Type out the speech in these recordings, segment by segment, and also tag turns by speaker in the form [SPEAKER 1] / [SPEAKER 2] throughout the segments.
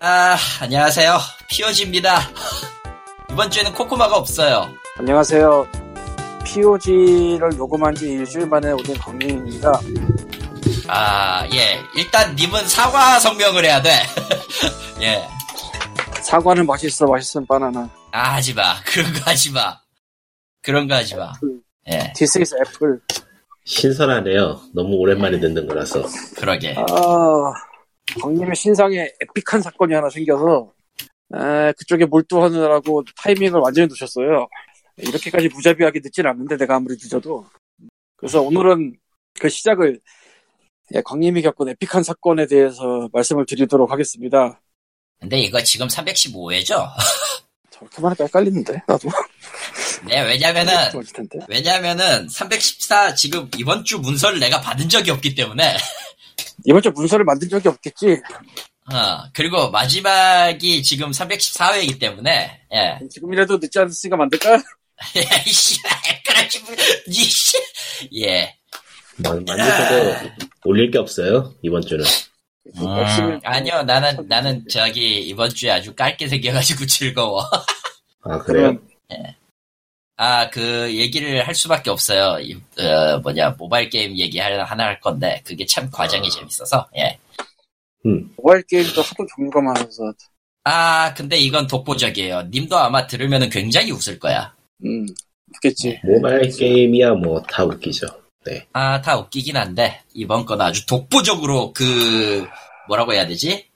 [SPEAKER 1] 아, 안녕하세요. 피오지입니다. 이번 주에는 코코마가 없어요.
[SPEAKER 2] 안녕하세요. POG를 녹음한 지 일주일 만에 오는 강민입니다.
[SPEAKER 1] 아, 예. 일단 님은 사과 성명을 해야 돼. 예.
[SPEAKER 2] 사과는 맛있어, 맛있은 바나나.
[SPEAKER 1] 아, 하지 마. 그런 거 하지 마. 그런 거 하지 마. 예,
[SPEAKER 2] This is 애플.
[SPEAKER 3] 신선하네요. 너무 오랜만에 듣는 거라서.
[SPEAKER 1] 그러게.
[SPEAKER 2] 아, 강림의 신상에 에픽한 사건이 하나 생겨서, 에, 그쪽에 몰두하느라고 타이밍을 완전히 놓쳤어요. 이렇게까지 무자비하게 늦진 않는데, 내가 아무리 늦어도. 그래서 오늘은 그 시작을, 예, 광님이 겪은 에픽한 사건에 대해서 말씀을 드리도록 하겠습니다.
[SPEAKER 1] 근데 이거 지금 315회죠?
[SPEAKER 2] 저렇게만 해도 헷갈리는데, 나도.
[SPEAKER 1] 네, 왜냐면은,
[SPEAKER 2] 헷갈릴 텐데.
[SPEAKER 1] 왜냐면은, 314, 지금 이번 주 문서를 내가 받은 적이 없기 때문에,
[SPEAKER 2] 이번 주 문서를 만든 적이 없겠지.
[SPEAKER 1] 어, 그리고 마지막이 지금 314회이기 때문에, 예.
[SPEAKER 2] 지금이라도 늦지 않았으니까 만들까?
[SPEAKER 1] 야, 이씨, 애까지, 이씨. 예.
[SPEAKER 3] 만- 만드셔도 올릴 게 없어요. 이번 주는.
[SPEAKER 2] 뭐
[SPEAKER 3] 아.
[SPEAKER 2] 열심히-
[SPEAKER 1] 아니요, 나는, 나는 저기, 이번 주에 아주 깔게 생겨가지고 즐거워.
[SPEAKER 3] 아, 그래요?
[SPEAKER 2] 그럼
[SPEAKER 1] 아, 그, 얘기를 할 수밖에 없어요. 이, 어, 뭐냐, 모바일 게임 얘기 하나, 하나 할 건데, 그게 참 과정이 재밌어서, 예.
[SPEAKER 2] 모바일 게임도 하도 종류가 많아서
[SPEAKER 1] 아, 근데 이건 독보적이에요. 님도 아마 들으면 굉장히 웃을 거야.
[SPEAKER 2] 음 그겠지.
[SPEAKER 3] 모바일 게임이야 뭐 다 웃기죠. 네.
[SPEAKER 1] 아, 다 웃기긴 한데, 이번 건 아주 독보적으로 그, 뭐라고 해야 되지?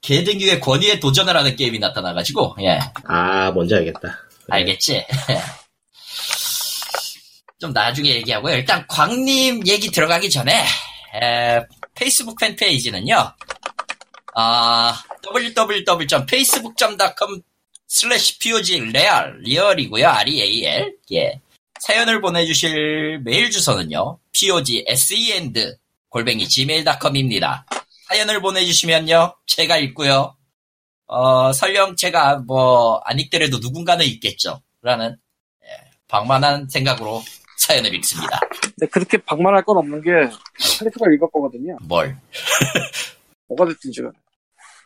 [SPEAKER 1] 개등유의 권위에 도전을 하는 게임이 나타나가지고, 예.
[SPEAKER 3] 아, 뭔지 알겠다. 네.
[SPEAKER 1] 알겠지? 좀 나중에 얘기하고요. 일단 광님 얘기 들어가기 전에 에, 페이스북 팬페이지는요. 아, www.facebook.com slash pog real, 리얼이고요. r-e-a-l. 예. 사연을 보내주실 메일 주소는요. pog send E 골뱅이 gmail.com입니다. 사연을 보내주시면요. 제가 읽고요. 어, 설령 제가 뭐, 안 읽더라도 누군가는 읽겠죠. 라는, 예, 방만한 생각으로 사연을 읽습니다.
[SPEAKER 2] 근데 그렇게 방만할 건 없는 게 칼리프가 읽을 거거든요.
[SPEAKER 1] 뭘.
[SPEAKER 2] 뭐가 됐든 지금.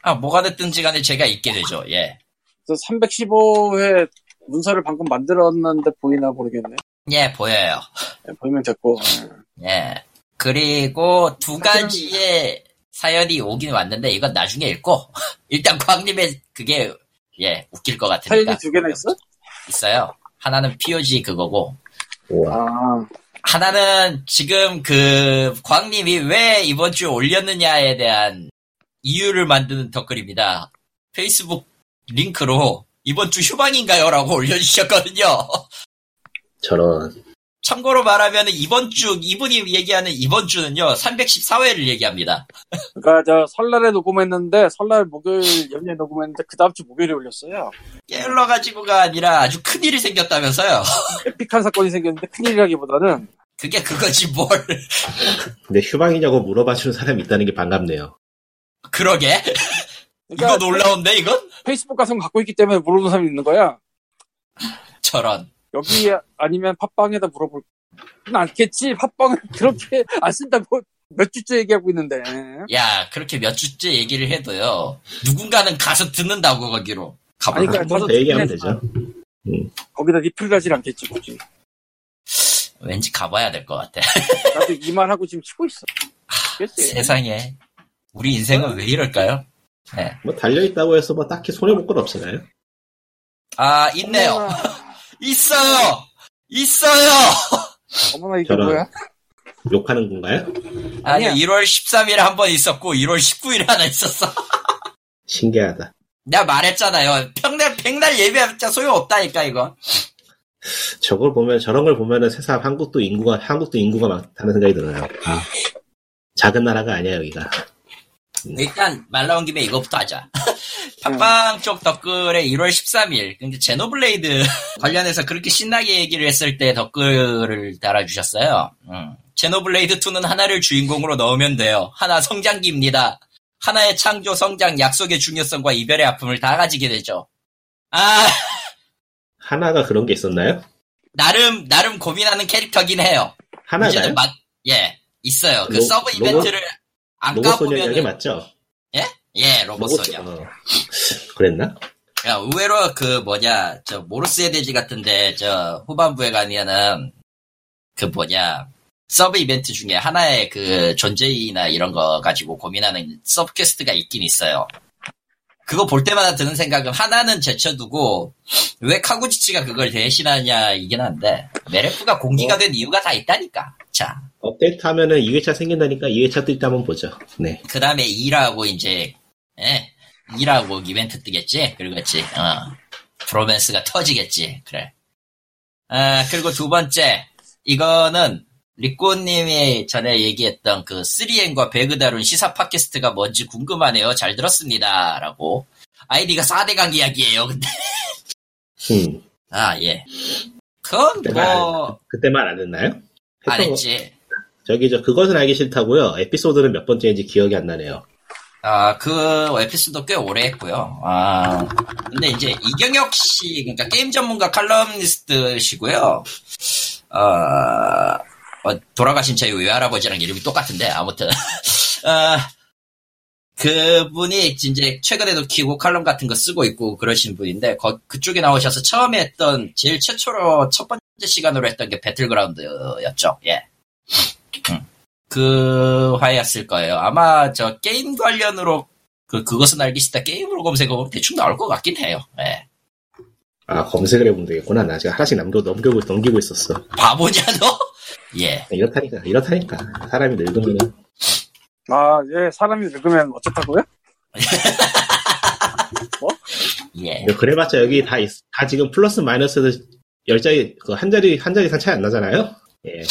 [SPEAKER 1] 아, 뭐가 됐든지 간에 제가 읽게 되죠. 예.
[SPEAKER 2] 그래서 315회 문서를 방금 만들었는데 보이나 모르겠네.
[SPEAKER 1] 예, 보여요.
[SPEAKER 2] 네, 보이면 됐고.
[SPEAKER 1] 예. 그리고
[SPEAKER 2] 아,
[SPEAKER 1] 두 가지의 사연이 오긴 왔는데, 이건 나중에 읽고, 일단 광님의 그게, 예, 웃길 것
[SPEAKER 2] 사연이
[SPEAKER 1] 같으니까.
[SPEAKER 2] 두 개나 있어?
[SPEAKER 1] 있어요. 하나는 POG 그거고,
[SPEAKER 3] 우와.
[SPEAKER 2] 아,
[SPEAKER 1] 하나는 지금 그 광님이 왜 이번 주에 올렸느냐에 대한 이유를 만드는 댓글입니다. 페이스북 링크로 이번 주 휴방인가요? 라고 올려주셨거든요.
[SPEAKER 3] 저런.
[SPEAKER 1] 참고로 말하면 이번 주, 이분이 얘기하는 이번 주는요, 314회를 얘기합니다.
[SPEAKER 2] 그러니까 저 설날에 녹음했는데 설날 목요일 연휴에 녹음했는데 그 다음 주 목요일에 올렸어요.
[SPEAKER 1] 깨물러가지고가 아니라 아주 큰일이 생겼다면서요.
[SPEAKER 2] 에픽한 사건이 생겼는데 큰일이라기보다는
[SPEAKER 1] 그게 그거지 뭘.
[SPEAKER 3] 근데 휴방이냐고 물어봐 주는 사람이 있다는 게 반갑네요.
[SPEAKER 1] 그러게.
[SPEAKER 2] 그러니까
[SPEAKER 1] 이거 놀라운데, 이건?
[SPEAKER 2] 페이스북 가서 갖고 있기 때문에 물어보는 사람이 있는 거야.
[SPEAKER 1] 저런.
[SPEAKER 2] 여기 아니면 팟빵에다 물어볼 건 않겠지. 팟빵을 그렇게 안 쓴다고 몇 주째 얘기하고 있는데.
[SPEAKER 1] 야, 그렇게 몇 주째 얘기를 해도요, 누군가는 가서 듣는다고, 거기로. 가봐.
[SPEAKER 2] 아니, 그러니까
[SPEAKER 3] 한번
[SPEAKER 2] 저도
[SPEAKER 3] 더 얘기하면
[SPEAKER 2] 듣긴
[SPEAKER 3] 되죠.
[SPEAKER 2] 거기다 리플을 하진 않겠지, 굳이.
[SPEAKER 1] 왠지 가봐야 될 것 같아.
[SPEAKER 2] 나도 이 말하고 지금 치고 있어. 그치?
[SPEAKER 1] 아, 세상에. 우리 인생은 왜 이럴까요?
[SPEAKER 3] 뭐 달려있다고 해서 뭐 딱히 손해볼 건 없잖아요.
[SPEAKER 1] 아, 있네요.
[SPEAKER 2] 어머나,
[SPEAKER 1] 있어요! 있어요!
[SPEAKER 2] 어머나, 이게
[SPEAKER 3] 저런.
[SPEAKER 2] 뭐야?
[SPEAKER 3] 욕하는 건가요?
[SPEAKER 1] 아니요,
[SPEAKER 2] 아니야.
[SPEAKER 1] 1월 13일에 한 번 있었고, 1월 19일에 하나 있었어.
[SPEAKER 3] 신기하다.
[SPEAKER 1] 내가 말했잖아요. 평날, 백날 예배하자 소용없다니까, 이거.
[SPEAKER 3] 저걸 보면, 저런 걸 보면은 세상 한국도 인구가, 한국도 인구가 많다는 생각이 들어요. 아. 작은 나라가 아니야, 여기가.
[SPEAKER 1] 일단, 말 나온 김에 이거부터 하자. 팟빵 쪽 댓글에 1월 13일, 근데 제노블레이드 관련해서 그렇게 신나게 얘기를 했을 때 댓글을 달아주셨어요. 음. 제노블레이드2는 하나를 주인공으로 넣으면 돼요. 하나 성장기입니다. 하나의 창조, 성장, 약속의 중요성과 이별의 아픔을 다 가지게 되죠. 아,
[SPEAKER 3] 하나가 그런 게 있었나요?
[SPEAKER 1] 나름, 나름 고민하는 캐릭터긴 해요.
[SPEAKER 3] 하나가요?
[SPEAKER 1] 문제는 맞- 예, 있어요. 그
[SPEAKER 3] 로-
[SPEAKER 1] 서브
[SPEAKER 3] 로봇-
[SPEAKER 1] 이벤트를 안
[SPEAKER 3] 로봇 소년 이야기
[SPEAKER 1] 까보면,
[SPEAKER 3] 맞죠?
[SPEAKER 1] 예? 예,
[SPEAKER 3] 로봇,
[SPEAKER 1] 로봇소녀.
[SPEAKER 3] 어, 그랬나?
[SPEAKER 1] 야, 의외로 그 뭐냐, 저 모르스의 대지 같은데 저 후반부에 가면은 그 뭐냐 서브 이벤트 중에 하나의 그 존재이나 이런 거 가지고 고민하는 서브 퀘스트가 있긴 있어요. 그거 볼 때마다 드는 생각은 하나는 제쳐두고 왜 카구지치가 그걸 대신하냐 이긴 한데 메레프가 공기가
[SPEAKER 3] 어.
[SPEAKER 1] 된 이유가 다 있다니까. 자,
[SPEAKER 3] 업데이트 하면은 2회차 생긴다니까 2회차 뜰 때 한번 보죠. 네.
[SPEAKER 1] 그 다음에 2라고 이제 예, 2라고 이벤트 뜨겠지 그러겠지 어. 브로맨스가 터지겠지 그래 아 그리고 두 번째 이거는 리꼬님이 전에 얘기했던 그 3N과 배그다룬 시사 팟캐스트가 뭔지 궁금하네요 잘 들었습니다 라고 아이디가 4대강 이야기예요 근데
[SPEAKER 3] 음,
[SPEAKER 1] 아예 그건
[SPEAKER 3] 그때만, 안,
[SPEAKER 1] 뭐
[SPEAKER 3] 그때만 안 했나요? 했던 거-
[SPEAKER 1] 안했지
[SPEAKER 3] 저기 저 그것은 알기 싫다고요. 에피소드는 몇 번째인지 기억이 안 나네요.
[SPEAKER 1] 아 그 에피소드 꽤 오래 했고요. 아 근데 이제 이경혁 씨 그러니까 게임 전문가 칼럼니스트시고요. 어, 어, 돌아가신 저희 외할아버지랑 이름이 똑같은데 아무튼 아, 그분이 이제 최근에도 키고 칼럼 같은 거 쓰고 있고 그러신 분인데 거- 그쪽에 나오셔서 처음에 했던 제일 최초로 첫 번째 시간으로 했던 게 배틀그라운드였죠. 예. 그 화였을 거예요. 아마 저 게임 관련으로 그 그것은 알기 싫다 게임으로 검색하면 대충 나올 것 같긴 해요. 예.
[SPEAKER 3] 아 검색을 해보면 되겠구나. 나 지금 하나씩 남겨 넘기고 넘기고 있었어.
[SPEAKER 1] 바보냐 너? 예.
[SPEAKER 3] 이렇다니까 이렇다니까 사람이 늙으면
[SPEAKER 2] 아, 예, 사람이 늙으면 어쨌다고요?
[SPEAKER 1] 예.
[SPEAKER 3] 네, 그래봤자 여기 다, 있- 다 지금 플러스 마이너스에서 열 자리 그 한 자리 한 자리 이상 차이 안 나잖아요. 예.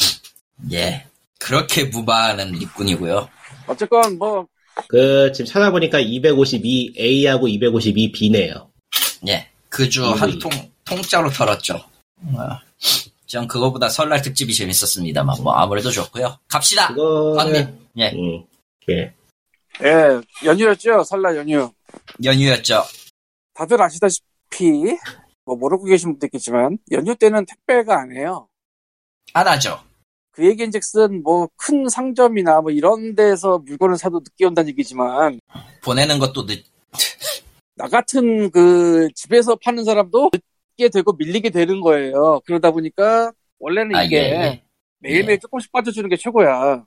[SPEAKER 1] 예. 그렇게 무방하는 일꾼이고요.
[SPEAKER 2] 어쨌건 뭐,
[SPEAKER 3] 그 지금 찾아보니까 252A하고 252B네요.
[SPEAKER 1] 예. 그 주
[SPEAKER 3] 음.
[SPEAKER 1] 한 통 통짜로 털었죠. 어. 전 그거보다 설날 특집이 재밌었습니다만 뭐 아무래도 좋고요. 갑시다.
[SPEAKER 3] 그거는
[SPEAKER 1] 언니. 예.
[SPEAKER 3] 음, 예.
[SPEAKER 2] 예, 연휴였죠? 설날 연휴.
[SPEAKER 1] 연휴였죠.
[SPEAKER 2] 다들 아시다시피, 뭐, 모르고 계신 분도 있겠지만, 연휴 때는 택배가 안 해요.
[SPEAKER 1] 안 하죠.
[SPEAKER 2] 그 얘기인 즉슨, 뭐, 큰 상점이나 뭐, 이런 데서 물건을 사도 늦게 온다는 얘기지만,
[SPEAKER 1] 보내는 것도 늦.
[SPEAKER 2] 나 같은 그, 집에서 파는 사람도 늦게 되고 밀리게 되는 거예요. 그러다 보니까, 원래는
[SPEAKER 1] 아
[SPEAKER 2] 이게,
[SPEAKER 1] 예.
[SPEAKER 2] 매일매일
[SPEAKER 1] 예.
[SPEAKER 2] 조금씩 빠져주는 게 최고야.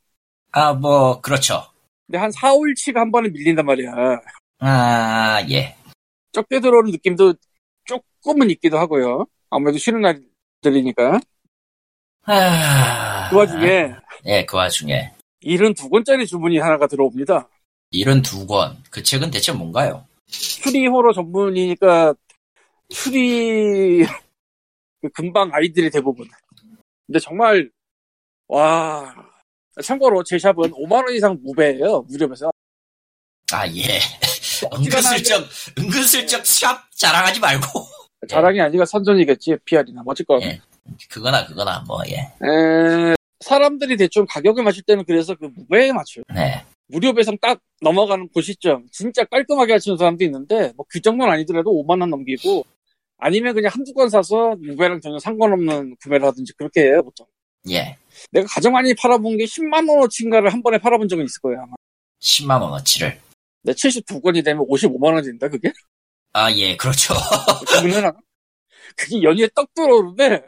[SPEAKER 1] 아 뭐 그렇죠.
[SPEAKER 2] 근데 한 4, 5일치가 한 번에 밀린단 말이야.
[SPEAKER 1] 아 예.
[SPEAKER 2] 적게 들어오는 느낌도 조금은 있기도 하고요. 아무래도 쉬는 날들이니까.
[SPEAKER 1] 아.
[SPEAKER 2] 그 와중에
[SPEAKER 1] 예, 그 와중에.
[SPEAKER 2] 72권짜리 주문이 하나가 들어옵니다.
[SPEAKER 1] 72권. 그 책은 대체 뭔가요?
[SPEAKER 2] 추리 호러 전문이니까 추리 그 금방 아이들이 대부분. 근데 정말 와 참고로 제 샵은 5만 원 이상 무배예요 무료면서
[SPEAKER 1] 아, 예.
[SPEAKER 2] 어,
[SPEAKER 1] 은근슬쩍, 은근슬쩍 샵 자랑하지 말고.
[SPEAKER 2] 자랑이 아니라 선전이겠지 PR이나 뭐 어쨌건
[SPEAKER 1] 예. 그거나, 그거나, 뭐, 예.
[SPEAKER 2] 에, 사람들이 대충 가격을 맞출 때는 그래서 그 무배에 맞춰요.
[SPEAKER 1] 네.
[SPEAKER 2] 무료 배송 딱 넘어가는 그 시점 진짜 깔끔하게 하시는 사람도 있는데 뭐 그 정도는 아니더라도 5만 원 넘기고 아니면 그냥 한두 건 사서 무배랑 전혀 상관없는 구매를 하든지 그렇게 해요 보통
[SPEAKER 1] 예.
[SPEAKER 2] 내가 가장 많이 팔아본 게 10만 원어치인가를 한 번에 팔아본 적은 있을 거예요 아마
[SPEAKER 1] 10만원어치를.
[SPEAKER 2] 근데 72건이 되면 55만 원 된다 그게?
[SPEAKER 1] 아, 예, 그렇죠.
[SPEAKER 2] 주문을 하나? 그게 연휴에 딱 들어오는데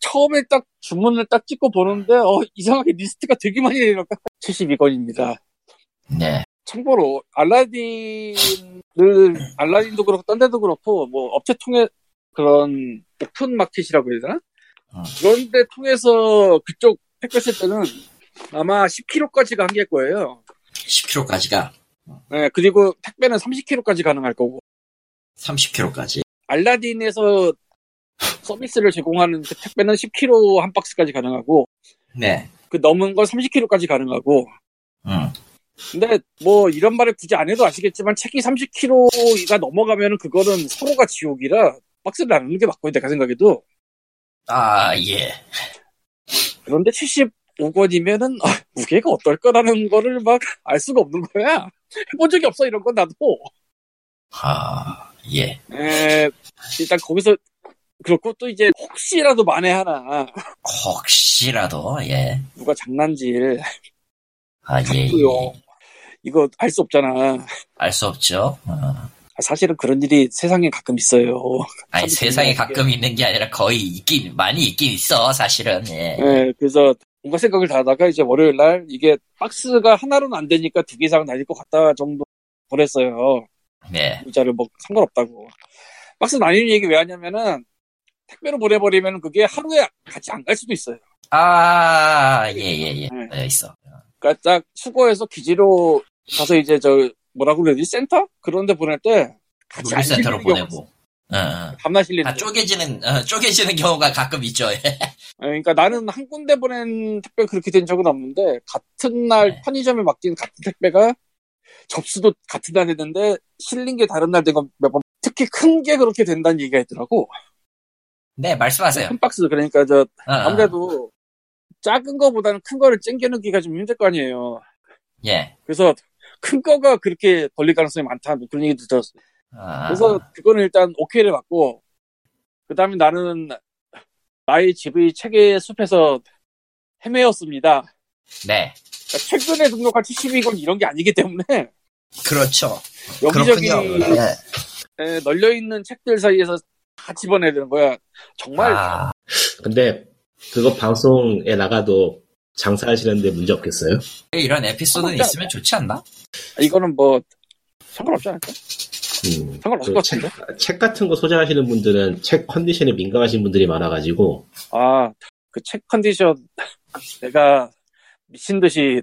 [SPEAKER 2] 처음에 딱 주문을 딱 찍고 보는데 어 이상하게 리스트가 되게 많이 내려가 72건입니다
[SPEAKER 1] 네.
[SPEAKER 2] 참고로 알라딘을 알라딘도 그렇고 딴 데도 그렇고 뭐 업체 통해 그런 오픈 마켓이라고 해야 되나?
[SPEAKER 1] 어.
[SPEAKER 2] 그런데 통해서 그쪽 택배 쓸 때는 아마 10kg까지가 한계일 거예요.
[SPEAKER 1] 10kg까지가
[SPEAKER 2] 네, 그리고 택배는 30kg까지 가능할 거고
[SPEAKER 1] 30kg까지.
[SPEAKER 2] 알라딘에서 서비스를 제공하는 그 택배는 10kg 한 박스까지 가능하고
[SPEAKER 1] 네.
[SPEAKER 2] 그 넘은 건 30kg까지 가능하고
[SPEAKER 1] 음.
[SPEAKER 2] 근데 뭐 이런 말을 굳이 안 해도 아시겠지만 책이 30kg가 넘어가면은 그거는 서로가 지옥이라 박스를 나누는 게 맞고 내가 생각해도
[SPEAKER 1] 아, 예.
[SPEAKER 2] 그런데 75권이면은 아, 무게가 어떨 거라는 거를 막 알 수가 없는 거야 해본 적이 없어 이런 건 나도
[SPEAKER 1] 아, 예.
[SPEAKER 2] 에, 네, 일단 거기서 그렇고 또 이제 혹시라도 만에 하나
[SPEAKER 1] 혹시라도, 예.
[SPEAKER 2] 누가 장난질
[SPEAKER 1] 아, 예. 예.
[SPEAKER 2] 그렇고요. 이거 알 수 없잖아.
[SPEAKER 1] 알 수 없죠. 어.
[SPEAKER 2] 사실은 그런 일이 세상에 가끔 있어요.
[SPEAKER 1] 아니
[SPEAKER 2] 참
[SPEAKER 1] 세상에
[SPEAKER 2] 중요한 게-
[SPEAKER 1] 가끔 있는 게 아니라 거의 있긴 많이 있긴 있어 사실은. 예.
[SPEAKER 2] 예, 그래서 뭔가 생각을 다 하다가 이제 월요일 날 이게 박스가 하나로는 안 되니까 두 개 이상 날릴 것 같다 정도 보냈어요.
[SPEAKER 1] 네.
[SPEAKER 2] 문자를 뭐 상관없다고. 박스 나뉘는 얘기 왜 하냐면은 택배로 보내버리면 그게 하루에 같이 안 갈 수도 있어요.
[SPEAKER 1] 아, 예, 예, 예.
[SPEAKER 2] 네.
[SPEAKER 1] 네. 있어.
[SPEAKER 2] 그러니까 딱 수거해서 기지로 가서 이제 저 뭐라고 그러지 센터 그런데 보낼 때 같이 안
[SPEAKER 1] 물류센터로
[SPEAKER 2] 실리는 그 경우가 네.
[SPEAKER 1] 보내고. 어, 어.
[SPEAKER 2] 있어요. 밤낮 실리는
[SPEAKER 1] 아,
[SPEAKER 2] 경우.
[SPEAKER 1] 쪼개지는, 어, 쪼개지는 경우가 가끔 있죠. 예.
[SPEAKER 2] 예, 그러니까 나는 한 군데 보낸 택배 그렇게 된 적은 없는데 같은 날
[SPEAKER 1] 네.
[SPEAKER 2] 편의점에 맡긴 같은 택배가 접수도 같은 날 했는데 실린 게 다른 날 된 건 몇 번 특히 큰 게 그렇게 된다는 얘기가 있더라고
[SPEAKER 1] 네, 말씀하세요.
[SPEAKER 2] 큰 박스 그러니까 저
[SPEAKER 1] 어, 어.
[SPEAKER 2] 아무래도 작은 거보다는 큰 거를 챙겨놓기가 좀 힘들 거 아니에요
[SPEAKER 1] 예.
[SPEAKER 2] 그래서 큰 거가 그렇게 걸릴 가능성이 많다 뭐 그런 얘기도 들었어요
[SPEAKER 1] 아,
[SPEAKER 2] 그래서 그거는 일단 오케이를 받고 그 다음에 나는 나의 집의 책의 숲에서 헤매었습니다.
[SPEAKER 1] 네.
[SPEAKER 2] 그러니까 최근에 등록한 72권 이런 게 아니기 때문에
[SPEAKER 1] 그렇죠.
[SPEAKER 2] 여기저기
[SPEAKER 1] 그렇군요. 예.
[SPEAKER 2] 에, 널려있는 책들 사이에서 다 집어내야 되는 거야. 정말
[SPEAKER 1] 아,
[SPEAKER 3] 근데 그거 방송에 나가도 장사하시는데 문제 없겠어요?
[SPEAKER 1] 이런 에피소드는
[SPEAKER 2] 진짜.
[SPEAKER 1] 있으면 좋지 않나?
[SPEAKER 2] 이거는 뭐 상관없지 않을까?
[SPEAKER 3] 음.
[SPEAKER 2] 상관없을
[SPEAKER 3] 그
[SPEAKER 2] 것
[SPEAKER 3] 책,
[SPEAKER 2] 같은데?
[SPEAKER 3] 책 같은 거 소장하시는 분들은 책 컨디션에 민감하신 분들이 많아가지고
[SPEAKER 2] 아, 그 책 컨디션 내가 미친 듯이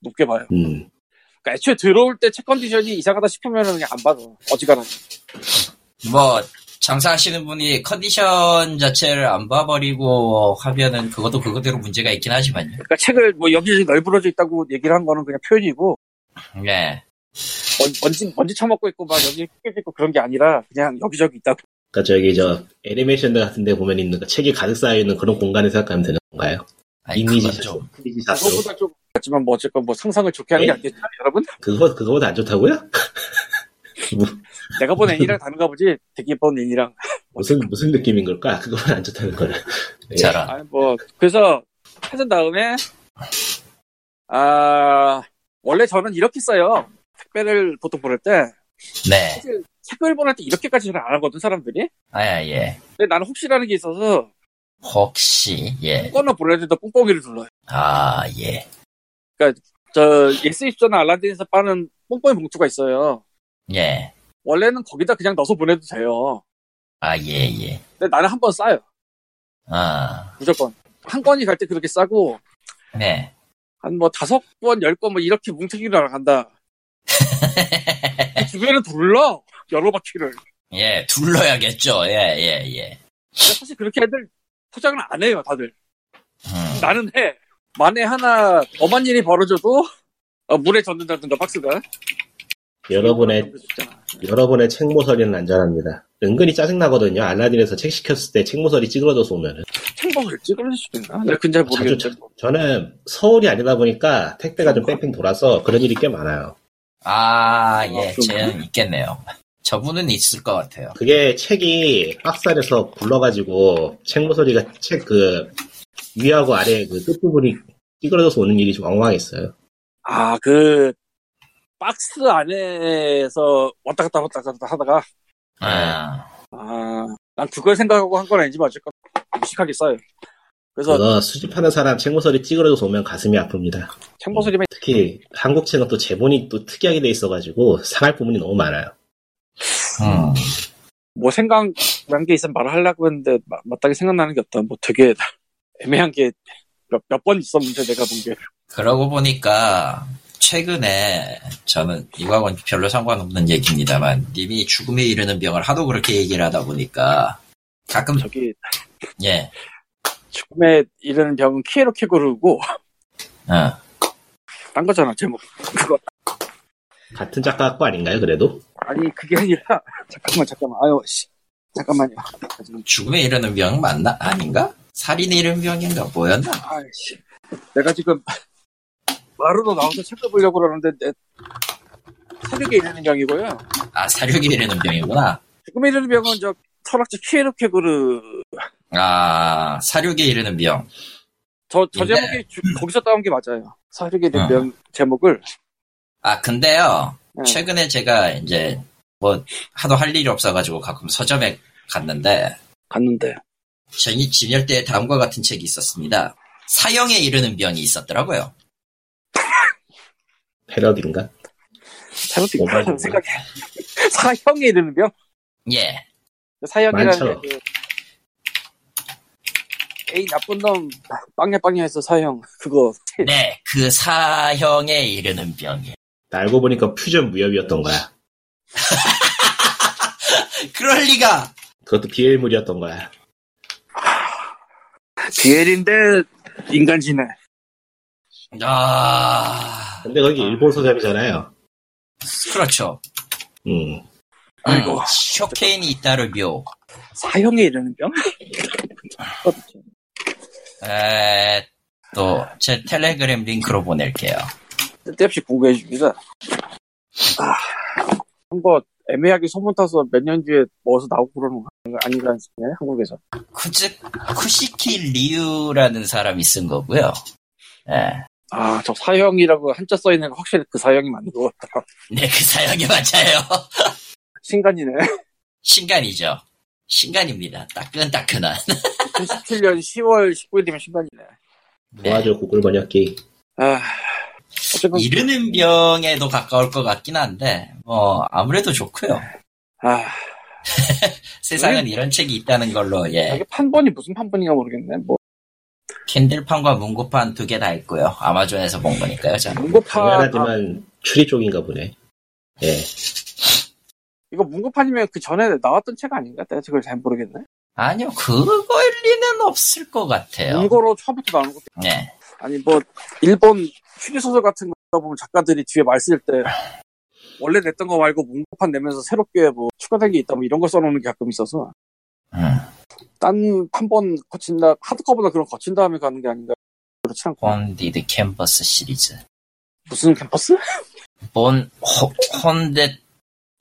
[SPEAKER 2] 높게 봐요.
[SPEAKER 3] 음.
[SPEAKER 2] 그러니까 애초에 들어올 때 책 컨디션이 이상하다 싶으면 그냥 안 받아. 어지간하면.
[SPEAKER 1] 뭐, 장사하시는 분이 컨디션 자체를 안 봐버리고 하면은 그것도 그거대로 문제가 있긴 하지만요.
[SPEAKER 2] 그러니까 책을 뭐 여기저기 널브러져 있다고 얘기를 한 거는 그냥 표현이고
[SPEAKER 1] 예.
[SPEAKER 2] 먼- 먼지 먼지 처먹고 있고 막 여기 깨져 있고 그런 게 아니라 그냥 여기저기 있다고
[SPEAKER 3] 그러니까 저기 저 애니메이션 같은데 보면 있는 거 책이 가득 쌓여 있는 그런 공간에 생각하면 되는 건가요?
[SPEAKER 1] 아니,
[SPEAKER 3] 이미지
[SPEAKER 1] 그건
[SPEAKER 3] 샷,
[SPEAKER 1] 좀.
[SPEAKER 3] 이미지 샷.
[SPEAKER 2] 그거보다 좀 같지만 뭐 어쨌건 뭐 상상을 좋게 하는 게 안 되죠 여러분
[SPEAKER 3] 그거 그거보다 안 좋다고요?
[SPEAKER 2] 내가 본 애니랑 다른가 보지 되게 본 애니랑
[SPEAKER 3] 무슨 무슨 느낌인 걸까? 그거보다 안 좋다는 거는. 예.
[SPEAKER 1] 저런.
[SPEAKER 2] 아니 뭐 그래서 찾은 다음에 아 원래 저는 이렇게 써요 택배를 보통 보낼 때
[SPEAKER 1] 네.
[SPEAKER 2] 책을 보낼 때 이렇게까지는 안 하거든 사람들이
[SPEAKER 1] 아, 예.
[SPEAKER 2] 근데 나는 혹시라는 게 있어서
[SPEAKER 1] 혹시, 예.
[SPEAKER 2] 꺼나 보낼 때도 뽕뽕이를 눌러요
[SPEAKER 1] 아, 예.
[SPEAKER 2] 저 S24나 알라딘에서 빠는 뽕뽕이 봉투가 있어요
[SPEAKER 1] 예.
[SPEAKER 2] 원래는 거기다 그냥 넣어서 보내도 돼요.
[SPEAKER 1] 아, 예, 예.
[SPEAKER 2] 근데 나는 한 번 싸요.
[SPEAKER 1] 아,
[SPEAKER 2] 무조건. 한 건이 갈 때 그렇게 싸고,
[SPEAKER 1] 네.
[SPEAKER 2] 한 뭐 다섯 권, 열 권, 뭐 이렇게 뭉태기로 나간다. 그 주변을 둘러! 여러 바퀴를. 근데
[SPEAKER 1] 예, 둘러야겠죠. 예, 예, 예.
[SPEAKER 2] 사실 그렇게 애들 포장을 안 해요, 다들.
[SPEAKER 1] 음.
[SPEAKER 2] 나는 해. 만에 하나 엄한 일이 벌어져도, 어, 물에 젖는다든가 박스가.
[SPEAKER 3] 예. 여러분의
[SPEAKER 2] 그렇잖아.
[SPEAKER 3] 여러분의 책 모서리는 안전합니다. 은근히 짜증 나거든요. 알라딘에서 책 시켰을 때 책 모서리 찌그러져서 오면은
[SPEAKER 2] 행복을 찌그러질 수도 있나? 내가 근잘 모르겠는데.
[SPEAKER 3] 자주 저는 서울이 아니다 보니까 택배가 좀 뺑뺑 돌아서 그런 일이 꽤 많아요.
[SPEAKER 1] 아, 예.
[SPEAKER 2] 아, 그럼-
[SPEAKER 1] 쟤는 있겠네요. 저분은 있을 것 같아요.
[SPEAKER 3] 그게 책이 박스 안에서 굴러가지고 책 모서리가 책 그 위하고 아래 그 끝부분이 찌그러져서 오는 일이 좀 엉망했어요.
[SPEAKER 2] 아, 그, 박스 안에서 왔다 갔다 왔다 갔다 하다가,
[SPEAKER 1] 아,
[SPEAKER 2] 아, 난 그걸 생각하고 한 건 아닌지 맞을까? 무식하게 써요. 그래서
[SPEAKER 3] 그거 수집하는 사람 책 모서리 찌그러져서 오면 가슴이 아픕니다.
[SPEAKER 2] 챔버스님의
[SPEAKER 3] 특히 한국 책은 또 제본이 또 특이하게 돼 있어가지고 상할 부분이 너무 많아요.
[SPEAKER 2] 네.
[SPEAKER 1] 음.
[SPEAKER 2] 뭐 생각난 게 있으면 말을 하려고 했는데 마- 마땅히 생각나는 게 없다. 뭐 되게 애매한 게 몇, 몇 번 있었는데 내가 본 게.
[SPEAKER 1] 그러고 보니까, 최근에, 저는, 이거하고는 별로 상관없는 얘기입니다만, 님이 죽음에 이르는 병을 하도 그렇게 얘기를 하다 보니까, 가끔,
[SPEAKER 2] 저기
[SPEAKER 1] 예,
[SPEAKER 2] 죽음에 이르는 병은 키에로 키고르고
[SPEAKER 1] 어,
[SPEAKER 2] 딴 거잖아 제목. 그거
[SPEAKER 3] 같은 작가 거 아닌가요, 그래도?
[SPEAKER 2] 아니 그게 아니라 잠깐만 잠깐만 아유 씨 잠깐만요.
[SPEAKER 1] 죽음에 이르는 병 맞나? 아닌가? 살인에 이르는 병인가? 뭐였나?
[SPEAKER 2] 아이씨 내가 지금 마루로 나와서 찾아보려고 그러는데 내 사륙에 이르는 병이고요.
[SPEAKER 1] 아, 사륙에 이르는 병이구나.
[SPEAKER 2] 죽음에 이르는 병은 저 철학자 키에르케그르
[SPEAKER 1] 아, 사륙에 이르는 병.
[SPEAKER 2] 저, 저
[SPEAKER 1] 네.
[SPEAKER 2] 제목이 주- 거기서 따온 게 맞아요. 사륙의
[SPEAKER 1] 어.
[SPEAKER 2] 명 제목을
[SPEAKER 1] 아, 근데요.
[SPEAKER 2] 네.
[SPEAKER 1] 최근에 제가 이제 뭐 하도 할 일이 없어가지고 가끔 서점에 갔는데
[SPEAKER 2] 갔는데
[SPEAKER 1] 전이 진열대에 다음과 같은 책이 있었습니다. 사형에 이르는 병이 있었더라고요.
[SPEAKER 3] 패러디인가?
[SPEAKER 2] 잘못
[SPEAKER 3] 오바인
[SPEAKER 2] 읽고 생각해. 사형에 이르는 병?
[SPEAKER 1] 예.
[SPEAKER 2] 사형이라는
[SPEAKER 3] 많죠.
[SPEAKER 2] 게 그, 에이 나쁜 놈 빵야빵야해서 사형 그거
[SPEAKER 1] 네, 그 사형에 이르는 병이.
[SPEAKER 3] 나 알고 보니까 퓨전 무협이었던 거야.
[SPEAKER 1] 그럴 리가.
[SPEAKER 3] 그것도 비엘물이었던 거야.
[SPEAKER 2] 비엘인데 인간지네.
[SPEAKER 1] 아,
[SPEAKER 3] 근데 거기 일본 서점이잖아요.
[SPEAKER 1] 그렇죠.
[SPEAKER 3] 음.
[SPEAKER 2] 아이고.
[SPEAKER 1] 음, 쇼케인이 잇따를 묘.
[SPEAKER 2] 사형에 이르는 병?
[SPEAKER 1] 에, 또, 제 텔레그램 링크로 보낼게요.
[SPEAKER 2] 때없이 공개해 줍니다. 아, 한거 애매하게 소문 타서 몇 년 뒤에 먹어서 나오고 그러는 거 아닌가 싶네 한국에서.
[SPEAKER 1] 쿠즈, 쿠시키 리우라는 사람이 쓴 거고요. 예.
[SPEAKER 2] 아 저 사형이라고 한자 써 있는 거 확실히 그 사형이 맞는 것 같다.
[SPEAKER 1] 네, 그 사형이 맞아요.
[SPEAKER 2] 신간이네.
[SPEAKER 1] 신간이죠. 신간입니다. 따끈따끈한.
[SPEAKER 2] 2017년 10월 19일이면 신간이네.
[SPEAKER 1] 네.
[SPEAKER 3] 도와줘 구글 번역기.
[SPEAKER 2] 아 어쨌건
[SPEAKER 1] 이르는 병에도 가까울 것 같긴 한데, 뭐, 아무래도 좋고요
[SPEAKER 2] 아
[SPEAKER 1] 세상은 이런 책이 있다는 걸로, 예.
[SPEAKER 3] 네.
[SPEAKER 2] 이게 판본이 무슨 판본인가 모르겠네. 뭐
[SPEAKER 1] 캔들판과 문고판 두 개 다 있고요 아마존에서 본 거니까요, 저는.
[SPEAKER 2] 문고판 아,
[SPEAKER 3] 당연하지만 추리 쪽인가 보네. 예.
[SPEAKER 2] 이거 문고판이면 그 전에 나왔던 책 아닌가? 내가 그걸 잘 모르겠네.
[SPEAKER 1] 아니요, 그거일 리는 없을 것 같아요.
[SPEAKER 2] 문고로 처음부터 나온 것도
[SPEAKER 1] 네.
[SPEAKER 2] 아니 뭐 일본 추리 소설 같은 거 보면 작가들이 뒤에 말 쓸 때 원래 냈던 거 말고 문고판 내면서 새롭게 뭐 추가된 게 있다 뭐 이런 걸 써놓는 게 가끔 있어서
[SPEAKER 1] 음,
[SPEAKER 2] 딴 한 번 거친다 하드커버나 그런 거 거친 다음에 가는 게 아닌가 그렇지 않고
[SPEAKER 3] 음.
[SPEAKER 1] 본디드 캔버스 시리즈.
[SPEAKER 2] 무슨 캠퍼스?
[SPEAKER 1] 본, 호, 혼데,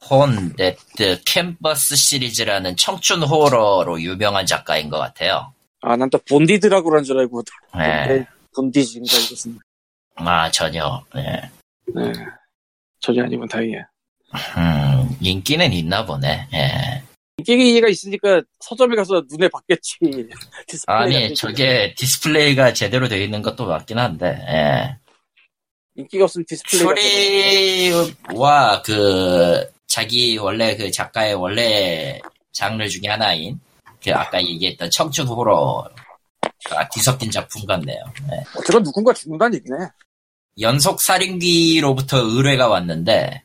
[SPEAKER 1] 혼데드 캔버스 시리즈라는 청춘 호러로 유명한 작가인 것 같아요.
[SPEAKER 2] 아 난 또 본디드라고 그런 줄 알고
[SPEAKER 1] 네.
[SPEAKER 2] 본데- 본디지인가 이것은
[SPEAKER 1] 아, 전혀. 네.
[SPEAKER 2] 네. 전혀 아니면 다행이야
[SPEAKER 1] 음, 인기는 있나 보네. 예.
[SPEAKER 2] 인기가 있으니까 서점에 가서 눈에 받겠지 디스플레이가
[SPEAKER 1] 아니,
[SPEAKER 2] 되게 네.
[SPEAKER 1] 저게 디스플레이가 제대로 되어 있는 것도 맞긴 한데, 예.
[SPEAKER 2] 인기가 없으면 디스플레이가 되게-
[SPEAKER 1] 소리와 그 자기 원래 그 작가의 원래 장르 중에 하나인 그 아까 얘기했던 청춘 호러가 아, 뒤섞인 작품 같네요.
[SPEAKER 2] 어쨌건 누군가 죽는다는 얘기네
[SPEAKER 1] 연속 살인기로부터 의뢰가 왔는데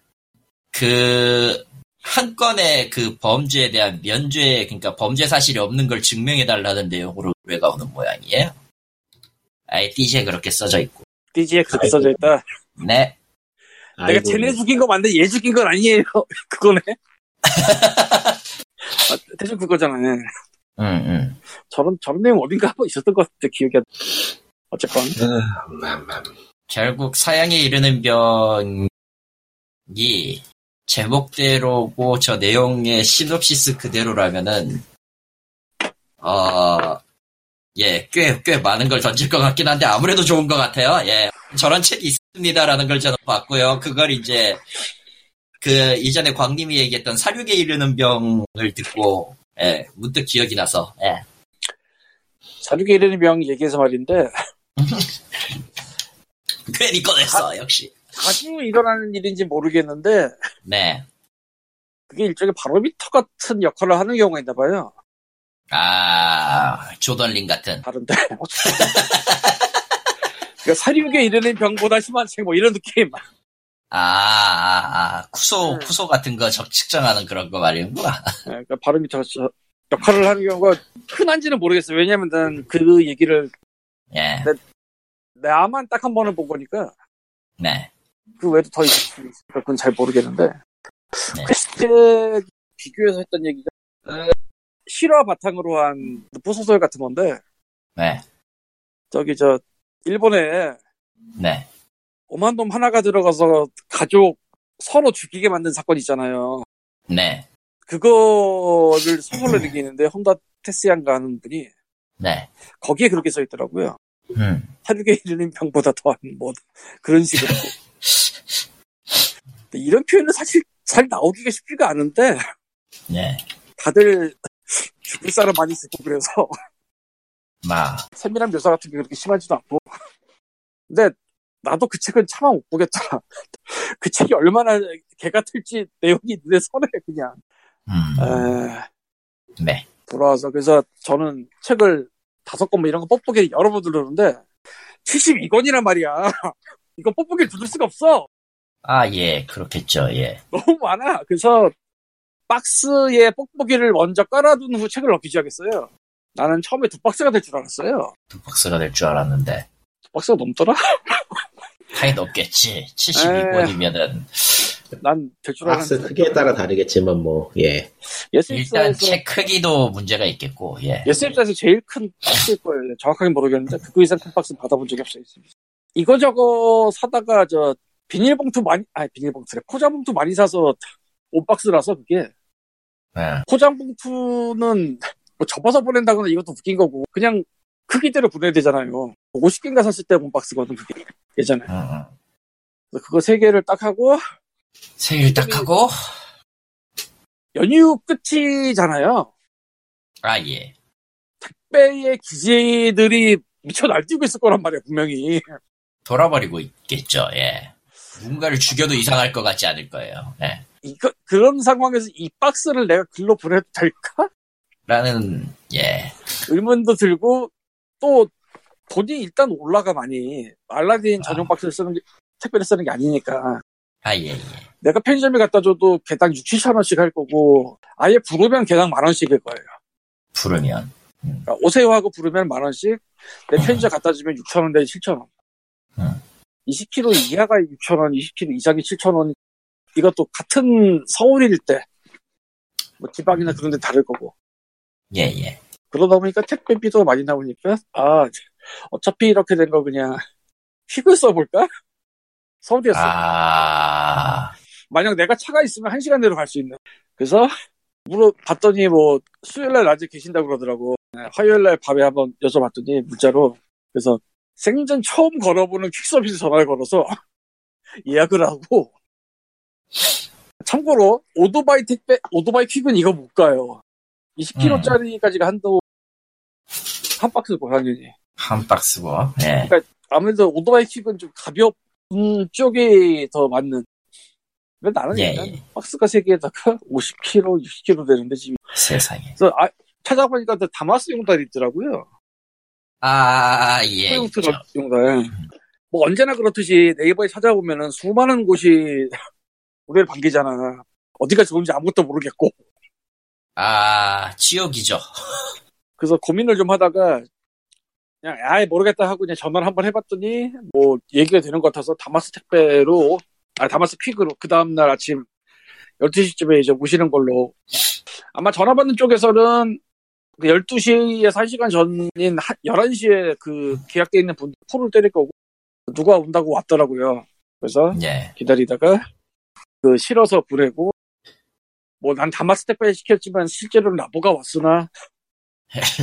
[SPEAKER 1] 그 한 건의 그 범죄에 대한 면죄 그러니까 범죄 사실이 없는 걸 증명해 달라는 내용으로 의뢰가 오는 모양이에요. 아예 띠지에 그렇게 써져 있고.
[SPEAKER 2] 디지에 그렇게 써져 있다
[SPEAKER 1] 네.
[SPEAKER 2] 내가
[SPEAKER 3] 아이고,
[SPEAKER 2] 쟤네 죽인 거 맞는데 얘 죽인 건 아니에요. 그거네. 아, 대충 그거잖아.
[SPEAKER 1] 음, 음.
[SPEAKER 2] 저런 저런 내용 어딘가 한번 있었던 것 같은데 기억이 안. 어쨌건
[SPEAKER 3] 아,
[SPEAKER 1] 결국 사양에 이르는 병이 제목대로고 저 내용의 시놉시스 그대로라면은 어예꽤 꽤 많은 걸 던질 것 같긴 한데 아무래도 좋은 것 같아요. 예 저런 책이 있습니다라는 걸 저는 봤고요. 그걸 이제 그 이전에 광님이 얘기했던 사륙에 이르는 병을 듣고 예 문득 기억이 나서 예
[SPEAKER 2] 사륙에 이르는 병 얘기해서 말인데
[SPEAKER 1] 괜히 꺼냈어 역시
[SPEAKER 2] 자주 일어나는 일인지 모르겠는데
[SPEAKER 1] 네.
[SPEAKER 2] 그게 일종의 바로미터 같은 역할을 하는 경우가 있나 봐요.
[SPEAKER 1] 네아 조던링 같은
[SPEAKER 2] 다른데. 그러니까 사륙에 이르는 병보다 심한 책 뭐 이런 느낌.
[SPEAKER 1] 아, 아, 아, 쿠소,
[SPEAKER 2] 네.
[SPEAKER 1] 쿠소 같은 거 적- 측정하는 그런 거 말이구나.
[SPEAKER 2] 네, 그러니까 바로미터 역할을 하는 경우가 흔한지는 모르겠어요. 왜냐면 난 그 얘기를
[SPEAKER 1] 예,
[SPEAKER 2] 나만 딱 한 번은 본 거니까
[SPEAKER 1] 네.
[SPEAKER 2] 그 외에도 더 있을 수 있을까 그건 잘 모르겠는데
[SPEAKER 1] 네.
[SPEAKER 2] 퀘스트 비교해서 했던 얘기가 어, 실화 바탕으로 한 부소설 같은 건데
[SPEAKER 1] 네,
[SPEAKER 2] 저기 저 일본에
[SPEAKER 1] 네.
[SPEAKER 2] 오만 놈 하나가 들어가서 가족 서로 죽이게 만든 사건 있잖아요
[SPEAKER 1] 네,
[SPEAKER 2] 그거를 소설로 느끼는데 혼다 테스양가 하는 분이
[SPEAKER 1] 네.
[SPEAKER 2] 거기에 그렇게 써 있더라고요
[SPEAKER 1] 음.
[SPEAKER 2] 사륙에 이르는 병보다 더한 뭐 그런 식으로 근데 이런 표현은 사실 잘 나오기가 쉽지가 않은데
[SPEAKER 1] 네.
[SPEAKER 2] 다들 죽을 사람 많이 쓰고 그래서
[SPEAKER 1] 마.
[SPEAKER 2] 세밀한 묘사 같은 게 그렇게 심하지도 않고 근데 나도 그 책은 차마 못 보겠더라 그 책이 얼마나 개 같을지 내용이 눈에 선해 그냥
[SPEAKER 1] 음.
[SPEAKER 2] 에...
[SPEAKER 1] 네.
[SPEAKER 2] 돌아와서 그래서 저는 책을 다섯 권 뭐 이런 거 뻑뻑이 여러 번 들었는데 72권이란 말이야 이거 뻑뻑이를 두들 수가 없어
[SPEAKER 1] 아, 예. 그렇겠죠. 예.
[SPEAKER 2] 너무 많아 그래서 박스에 뻑뻑이를 먼저 깔아둔 후 책을 넣기 시작했어요 나는 처음에 두 박스가 될 줄 알았어요
[SPEAKER 1] 두 박스가 될 줄 알았는데.
[SPEAKER 2] 두 박스가 넘더라?
[SPEAKER 1] 타이 높겠지. 72권이면은.
[SPEAKER 2] 아. 난 될 줄
[SPEAKER 3] 박스
[SPEAKER 2] 알았는데
[SPEAKER 3] 크기에 따라 다르겠지만 뭐 예.
[SPEAKER 1] 일단
[SPEAKER 2] 예스입사에서
[SPEAKER 1] 책 크기도 문제가 있겠고, 예.
[SPEAKER 2] 예스입사에서 제일 큰 박스일 거예요 정확하게 모르겠는데 그거 이상 큰 박스는 받아본 적이 없어요 이거저거 사다가 저 비닐봉투 많이 아니 비닐봉투래 포장봉투 많이 사서 옷박스라서 그게
[SPEAKER 1] 예.
[SPEAKER 2] 포장봉투는 뭐 접어서 보낸다거나 이것도 웃긴 거고 그냥 크기대로 보내야 되잖아요 뭐 50개인가 샀을 때 본박스거든 그게 예전에
[SPEAKER 1] 음, 음.
[SPEAKER 2] 그래서 그거 세 개를 딱 하고
[SPEAKER 1] 생일
[SPEAKER 2] 음.
[SPEAKER 1] 딱 하고.
[SPEAKER 2] 연휴 끝이잖아요
[SPEAKER 1] 아, 예.
[SPEAKER 2] 빼의 기지들이 미쳐 날뛰고 있을 거란 말이야 분명히
[SPEAKER 1] 돌아버리고 있겠죠, 예. 누군가를 죽여도 이상할 것 같지 않을 거예요, 예.
[SPEAKER 2] 이거 그런 상황에서 이 박스를 내가 글로 보내도 될까?
[SPEAKER 1] 라는, 예.
[SPEAKER 2] 의문도 들고 또 돈이 일단 올라가 많이 알라딘 전용 박스를 쓰는 게 택배를 쓰는 게 아니니까
[SPEAKER 1] 아, 예, 예.
[SPEAKER 2] 내가 편의점에 갖다 줘도 개당 6, 7천 원씩 할 거고 아예 부르면 개당 만 원씩일 거예요.
[SPEAKER 1] 부르면.
[SPEAKER 2] 그러니까 오세요 하고 부르면 만 원씩 내 편의점 갖다 주면 6천 원 내지 7천 원.
[SPEAKER 1] 음.
[SPEAKER 2] 20kg 이하가 6천 원, 20kg 이상이 7천 원. 이것도 같은 서울일 때, 뭐 지방이나 그런 데 다를 거고.
[SPEAKER 1] 예, 예.
[SPEAKER 2] 그러다 보니까 택배비도 많이 나오니까 아 어차피 이렇게 된 거 그냥 퀵을 써볼까? 서울이었어.
[SPEAKER 1] 아,
[SPEAKER 2] 만약 내가 차가 있으면 한 시간 내로 갈 수 있는. 그래서 물어봤더니 뭐 수요일 날 낮에 계신다고 그러더라고. 네, 화요일 날 밤에 한번 여쭤봤더니 문자로 그래서 생전 처음 걸어보는 퀵 서비스 전화를 걸어서 예약을 하고 참고로 오토바이 택배 오토바이 퀵은 이거 못 가요. 20kg짜리까지가 한도 한 박스고 당연히.
[SPEAKER 1] 한 박스고, 예.
[SPEAKER 2] 아무래도 오토바이 킥은 좀 가벼운 쪽이 더 맞는. 근데 나는
[SPEAKER 1] 예,
[SPEAKER 2] 일단
[SPEAKER 1] 예.
[SPEAKER 2] 박스가 세개에다가 50kg, 60kg 되는데 지금.
[SPEAKER 1] 세상에.
[SPEAKER 2] 그래서 아, 찾아보니까 또 다마스 용달이 있더라고요.
[SPEAKER 1] 아, 예.
[SPEAKER 2] 그 소형
[SPEAKER 1] 있죠.
[SPEAKER 2] 트럭 용달. 뭐 언제나 그렇듯이 네이버에 찾아보면은 수많은 곳이 우리를 반기잖아. 어디가 좋은지 아무것도 모르겠고.
[SPEAKER 1] 아, 지옥이죠.
[SPEAKER 2] 그래서 고민을 좀 하다가 그냥 아예 모르겠다 하고 그냥 전화를 한번 해봤더니 뭐 얘기가 되는 것 같아서 다마스 택배로 아 다마스 퀵으로 그 다음날 아침 12시쯤에 이제 오시는 걸로 아마 전화 받는 쪽에서는 그 12시에서 1시간 전인 하- 11시에 그 계약돼 있는 분 포를 때릴 거고 누가 온다고 왔더라고요 그래서
[SPEAKER 1] 예.
[SPEAKER 2] 기다리다가 그 실어서 보내고 뭐 난 다마스 택배 시켰지만 실제로는 라보가 왔으나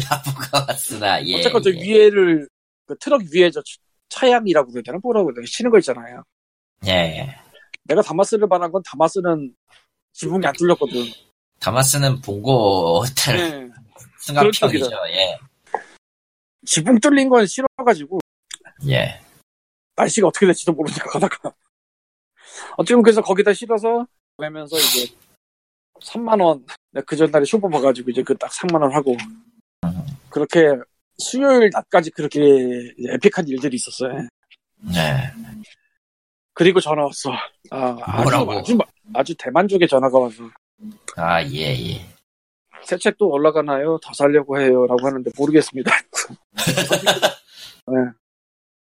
[SPEAKER 1] 라부가 왔으나, 예.
[SPEAKER 2] 어쨌건 저
[SPEAKER 1] 예.
[SPEAKER 2] 위에를 그 트럭 위에 저 차- 차양이라고 그래야 되나 뭐라고 그래야 되나 치는 거 있잖아요.
[SPEAKER 1] 예, 예.
[SPEAKER 2] 내가 다마스를 말한 건 다마스는 지붕이 안 뚫렸거든.
[SPEAKER 1] 다마스는 봉고 호텔
[SPEAKER 2] 네. 그렇죠,
[SPEAKER 1] 승합형이죠,
[SPEAKER 2] 쪽이라.
[SPEAKER 1] 예.
[SPEAKER 2] 지붕 뚫린 건 싫어가지고
[SPEAKER 1] 예.
[SPEAKER 2] 날씨가 어떻게 될지도 모르니까 가다가 어쨌든 그래서 거기다 실어서 보내면서 이제 3만 원그 전날에 쇼퍼 봐가지고 이제 그 딱 3만 원 하고 그렇게 수요일 낮까지 그렇게 이제 에픽한 일들이 있었어요.
[SPEAKER 1] 네.
[SPEAKER 2] 그리고 전화 왔어. 아, 아주,
[SPEAKER 1] 뭐라고?
[SPEAKER 2] 아주, 마- 아주 대만족의 전화가 와서
[SPEAKER 1] 아, 예, 예.
[SPEAKER 2] 새 책도 올라가나요? 더 살려고 해요. 라고 하는데 모르겠습니다.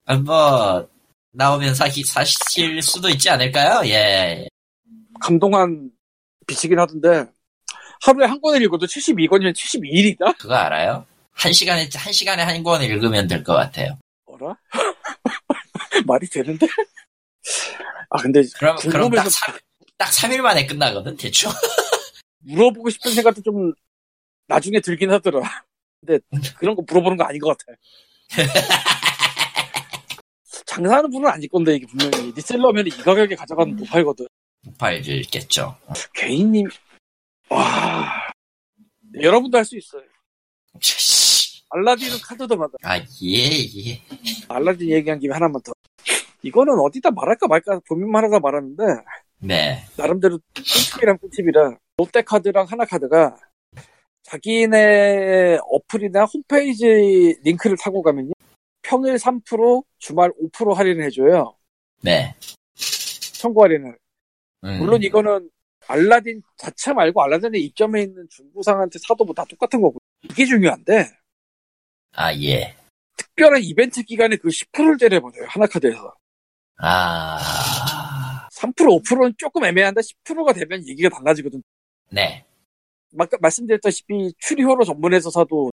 [SPEAKER 1] 아, 뭐, 나오면 사실, 사실 수도 있지 않을까요? 예.
[SPEAKER 2] 감동한 빛이긴 하던데 하루에 한 권을 읽어도 72권이면 72일이다?
[SPEAKER 1] 그거 알아요? 한 시간에, 한 시간에 한 권 읽으면 될 것 같아요.
[SPEAKER 2] 어라? 말이 되는데? 아 근데
[SPEAKER 1] 그럼, 그럼 딱
[SPEAKER 2] 궁금해서-
[SPEAKER 1] 3, 딱 3일 만에 끝나거든, 대충.
[SPEAKER 2] 물어보고 싶은 생각도 좀 나중에 들긴 하더라. 근데 그런 거 물어보는 거 아닌 것 같아. 장사하는 분은 아닐 건데 이게 분명히 리셀러면 이 가격에 가져가면 못 팔거든.
[SPEAKER 1] 폭발일겠죠.
[SPEAKER 2] 개인님, 와. 여러분도 할 수 있어요. 알라딘은 카드도 받아.
[SPEAKER 1] 아, 예, 예.
[SPEAKER 2] 알라딘 얘기한 김에 하나만 더. 이거는 어디다 말할까 말까 고민만 하다 말았는데,
[SPEAKER 1] 네.
[SPEAKER 2] 나름대로 꿀팁이랑 꿀팁이라, 롯데카드랑 하나카드가 자기네 어플이나 홈페이지 링크를 타고 가면요. 평일 3%, 주말 5% 할인을 해줘요.
[SPEAKER 1] 네.
[SPEAKER 2] 청구 할인을.
[SPEAKER 1] 음,
[SPEAKER 2] 물론 이거는 알라딘 자체 말고 알라딘의 입점에 있는 중고상한테 사도 뭐 다 똑같은 거고 이게 중요한데
[SPEAKER 1] 아, 예.
[SPEAKER 2] 특별한 이벤트 기간에 그 10%를 때려버려요 하나카드에서
[SPEAKER 1] 아,
[SPEAKER 2] 3% 5%는 조금 애매한데 10%가 되면 얘기가 달라지거든
[SPEAKER 1] 네.
[SPEAKER 2] 막 말씀드렸다시피 추리호로 전문해서 사도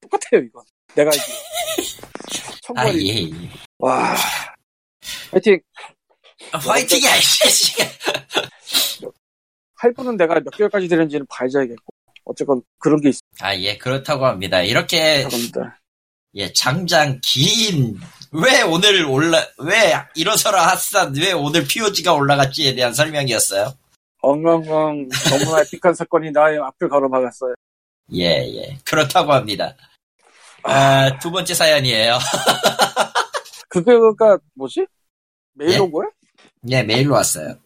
[SPEAKER 2] 똑같아요 이건 내가 이제
[SPEAKER 1] 아,
[SPEAKER 2] 청구리
[SPEAKER 1] 예, 예.
[SPEAKER 2] 와 하여튼
[SPEAKER 1] 아, 화이팅, 야, 씨.
[SPEAKER 2] 할부는 내가 몇 개월까지 되는지는 봐야겠고 어쨌건 그런 게 있을
[SPEAKER 1] 아, 예, 그렇다고 합니다. 이렇게,
[SPEAKER 2] 겁니다
[SPEAKER 1] 예, 장장 긴, 왜 오늘 올라, 왜 일어서라 핫산, 왜 오늘 POG가 올라갔지에 대한 설명이었어요.
[SPEAKER 2] 엉엉엉 너무나 에픽한 사건이 나의 앞을 가로막았어요
[SPEAKER 1] 예, 예. 그렇다고 합니다. 아, 두 번째 사연이에요.
[SPEAKER 2] 그거가 뭐지? 메일
[SPEAKER 1] 예?
[SPEAKER 2] 온 거야?
[SPEAKER 1] 네, 메일로 왔어요.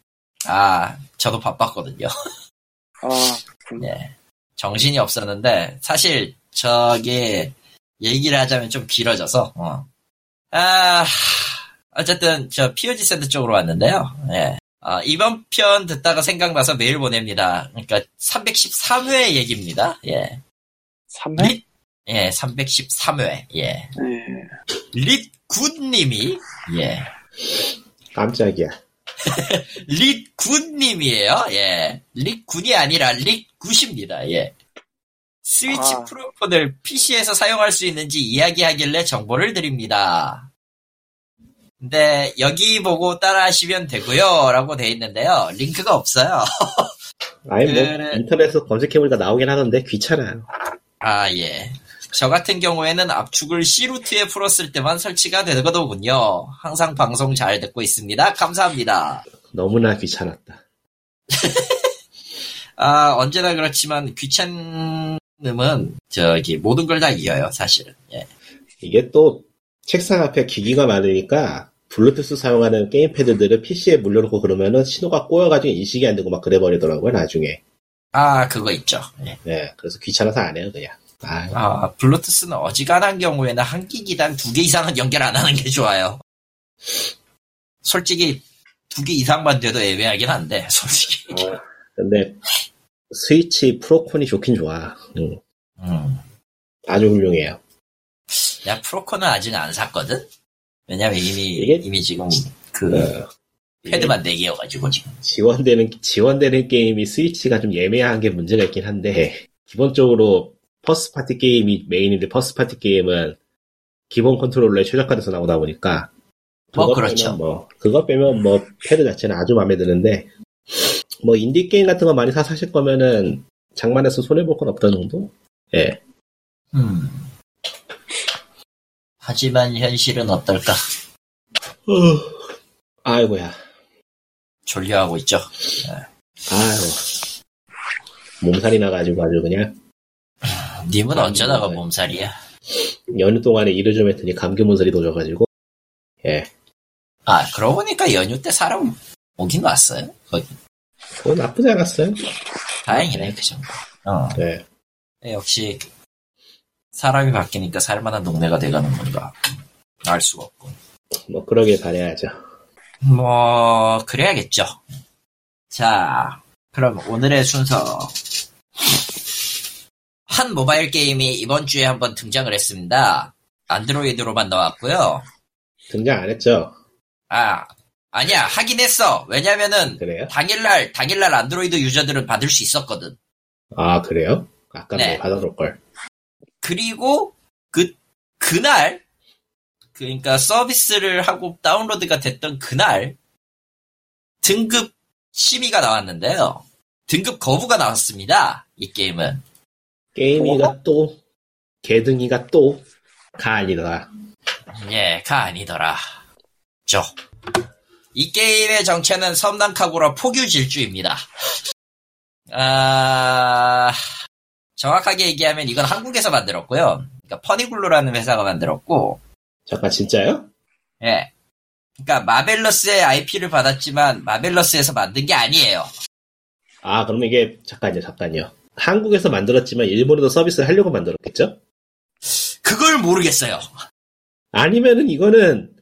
[SPEAKER 1] 아, 저도 바빴거든요.
[SPEAKER 2] 아,
[SPEAKER 1] 네. 정신이 없었는데, 사실, 저기, 얘기를 하자면 좀 길어져서, 어. 아, 어쨌든, 저, POG 샌드 쪽으로 왔는데요. 예. 아, 이번 편 듣다가 생각나서 메일 보냅니다. 그러니까, 313회 얘기입니다. 예.
[SPEAKER 2] 3회?
[SPEAKER 1] 예, 313회. 예.
[SPEAKER 2] 네.
[SPEAKER 1] 릿굿님이, 예.
[SPEAKER 3] 깜짝이야.
[SPEAKER 1] 릿굿님이에요. 예. 릿군이 아니라 릿굿입니다. 예. 스위치
[SPEAKER 2] 아.
[SPEAKER 1] 프로폰을 PC에서 사용할 수 있는지 이야기하길래 정보를 드립니다. 근데 여기 보고 따라하시면 되고요. 라고 돼 있는데요. 링크가 없어요.
[SPEAKER 3] 아니 뭐
[SPEAKER 2] 네,
[SPEAKER 1] 그래.
[SPEAKER 3] 인터넷에서 검색해보니까 나오긴 하던데 귀찮아요.
[SPEAKER 1] 아, 예. 저 같은 경우에는 압축을 C루트에 풀었을 때만 설치가 되거든요. 항상 방송 잘 듣고 있습니다. 감사합니다.
[SPEAKER 3] 너무나 귀찮았다.
[SPEAKER 1] 아, 언제나 그렇지만 귀찮음은 저기 모든 걸 다 이어요, 사실은. 예.
[SPEAKER 3] 이게 또 책상 앞에 기기가 많으니까 블루투스 사용하는 게임패드들을 PC에 물려놓고 그러면은 신호가 꼬여가지고 인식이 안 되고 막 그래버리더라고요 나중에.
[SPEAKER 1] 아, 그거 있죠. 예.
[SPEAKER 3] 네, 그래서 귀찮아서 안 해요 그냥. 아,
[SPEAKER 1] 아, 블루투스는 어지간한 경우에는 한 기기당 두 개 이상은 연결 안 하는 게 좋아요. 솔직히 두 개 이상만 돼도 애매하긴 한데, 솔직히.
[SPEAKER 3] 어, 근데 스위치 프로콘이 좋긴 좋아. 응,
[SPEAKER 1] 음.
[SPEAKER 3] 아주 훌륭해요.
[SPEAKER 1] 야, 프로코는 아직 안 샀거든? 왜냐면 이미,
[SPEAKER 3] 이게-
[SPEAKER 1] 이미 지금 그
[SPEAKER 3] 어, 이게
[SPEAKER 1] 패드만 네개여가지고 지금.
[SPEAKER 3] 지원되는 지원되는 게임이 스위치가 좀 예매한 게 문제가 있긴 한데 기본적으로 퍼스트 파티 게임이 메인인데 퍼스트 파티 게임은 기본 컨트롤러에 최적화돼서 나오다 보니까
[SPEAKER 1] 뭐,
[SPEAKER 3] 그거
[SPEAKER 1] 그렇죠.
[SPEAKER 3] 빼면 뭐 그거 빼면 뭐 패드 자체는 아주 마음에 드는데 뭐 인디 게임 같은 거 많이 사 사실 거면은 장만해서 손해 볼 건 없던 정도? 예.
[SPEAKER 1] 음. 하지만 현실은 어떨까?
[SPEAKER 3] 어. 아이고야.
[SPEAKER 1] 졸려하고 있죠.
[SPEAKER 3] 아이고. 몸살이 나가지고 아주 그냥
[SPEAKER 1] 님은 어쩌다가
[SPEAKER 3] 네.
[SPEAKER 1] 몸살이야?
[SPEAKER 3] 연휴 동안에 일을 좀 했더니 감기 몸살이 도져가지고 예.
[SPEAKER 1] 아, 그러고 보니까 연휴 때 사람 오긴 왔어요. 거기.
[SPEAKER 3] 그건 뭐 나쁘지 않았어요.
[SPEAKER 1] 다행이네, 그 정도. 어.
[SPEAKER 3] 네.
[SPEAKER 1] 네, 역시, 사람이 바뀌니까 살만한 동네가 돼가는 건가. 알 수가 없고.
[SPEAKER 3] 뭐 그러길 바래야죠.
[SPEAKER 1] 뭐, 그래야겠죠. 자, 그럼 오늘의 순서. 한 모바일 게임이 이번 주에 한번 등장을 했습니다. 안드로이드로만 나왔고요.
[SPEAKER 3] 등장 안 했죠.
[SPEAKER 1] 아, 아니야, 하긴 했어. 왜냐면은,
[SPEAKER 3] 그래요?
[SPEAKER 1] 당일날 당일날 안드로이드 유저들은 받을 수 있었거든.
[SPEAKER 3] 아 그래요? 아까
[SPEAKER 1] 네.
[SPEAKER 3] 네. 받아놓을 걸.
[SPEAKER 1] 그리고 그 그날 그러니까 서비스를 하고 다운로드가 됐던 그날 등급 심의가 나왔는데요. 등급 거부가 나왔습니다. 이 게임은
[SPEAKER 3] 게임이가 또 개등이가 또 가 아니더라.
[SPEAKER 1] 예, 예가 아니더라. 죠. 이 게임의 정체는 섬난카구라 포규 질주입니다. 아, 정확하게 얘기하면 이건 한국에서 만들었고요. 그러니까 퍼니글루라는 회사가 만들었고,
[SPEAKER 3] 잠깐 진짜요?
[SPEAKER 1] 예. 그러니까 마벨러스의 IP를 받았지만 마벨러스에서 만든 게 아니에요.
[SPEAKER 3] 아 그럼 이게 잠깐요 잠깐요. 한국에서 만들었지만 일본에도 서비스를 하려고 만들었겠죠?
[SPEAKER 1] 그걸 모르겠어요.
[SPEAKER 3] 아니면은 이거는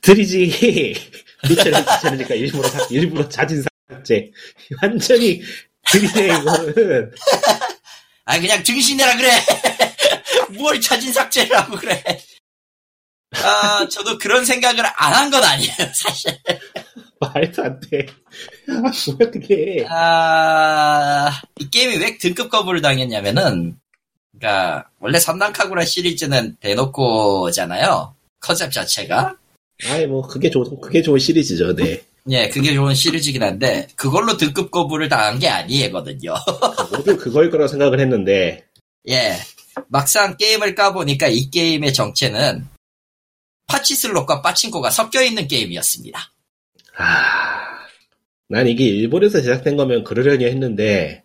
[SPEAKER 3] 드리지 미쳐를 미쳐니까 일부러 사- 일부러 자진 삭제 완전히 드리네 이거는
[SPEAKER 1] 아 그냥 등신해라 그래. 뭘 자진 삭제를 하고 그래. 아 저도 그런 생각을 안 한 건 아니에요 사실.
[SPEAKER 3] 말도 안 돼. 아, 뭐야 그게?
[SPEAKER 1] 아, 아이 게임이 왜 등급 거부를 당했냐면은 그러니까 원래 삼단카구라 시리즈는 대놓고잖아요. 컨셉 자체가
[SPEAKER 3] 아이 뭐 그게 좋은 그게 좋은 시리즈죠, 네.
[SPEAKER 1] 예 그게 좋은 시리즈긴 한데 그걸로 등급 거부를 당한 게 아니거든요.
[SPEAKER 3] 모두 그걸 거라 생각을 했는데
[SPEAKER 1] 예. 막상 게임을 까보니까 이 게임의 정체는 파치슬롯과 빠친코가 섞여 있는 게임이었습니다.
[SPEAKER 3] 아, 난 이게 일본에서 제작된 거면 그러려니 했는데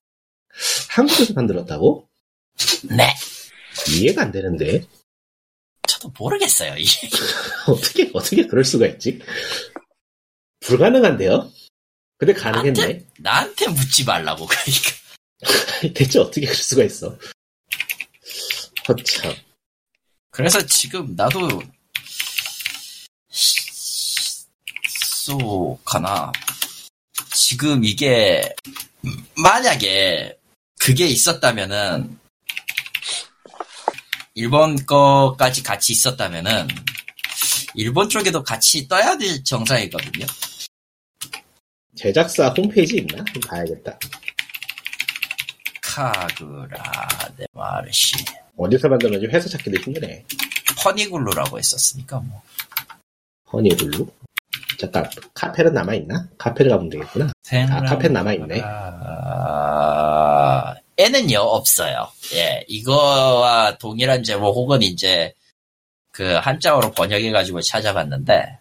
[SPEAKER 3] 한국에서 만들었다고?
[SPEAKER 1] 네.
[SPEAKER 3] 이해가 안 되는데
[SPEAKER 1] 저도 모르겠어요. 이게.
[SPEAKER 3] 어떻게 어떻게 그럴 수가 있지? 불가능한데요? 근데 가능했네.
[SPEAKER 1] 아, 나한테 묻지 말라고 그러니까.
[SPEAKER 3] 대체 어떻게 그럴 수가 있어? 허참.
[SPEAKER 1] 그래서 지금 나도 쏘가나 지금 이게 만약에 그게 있었다면은 일본 거까지 같이 있었다면은 일본 쪽에도 같이 떠야 될 정상이거든요.
[SPEAKER 3] 제작사 홈페이지 있나? 좀 봐야겠다.
[SPEAKER 1] 카그라 네마르시
[SPEAKER 3] 어디서 만들었는지 회사 찾기도 힘드네.
[SPEAKER 1] 퍼니굴루라고 했었으니까 뭐
[SPEAKER 3] 허니블루? 잠깐, 카페는 남아있나? 카페를 가면 되겠구나. 아, 카페는 남아있네.
[SPEAKER 1] 아, 에는요, 없어요. 예, 이거와 동일한 제목 혹은 이제 그 한자어로 번역해가지고 찾아봤는데,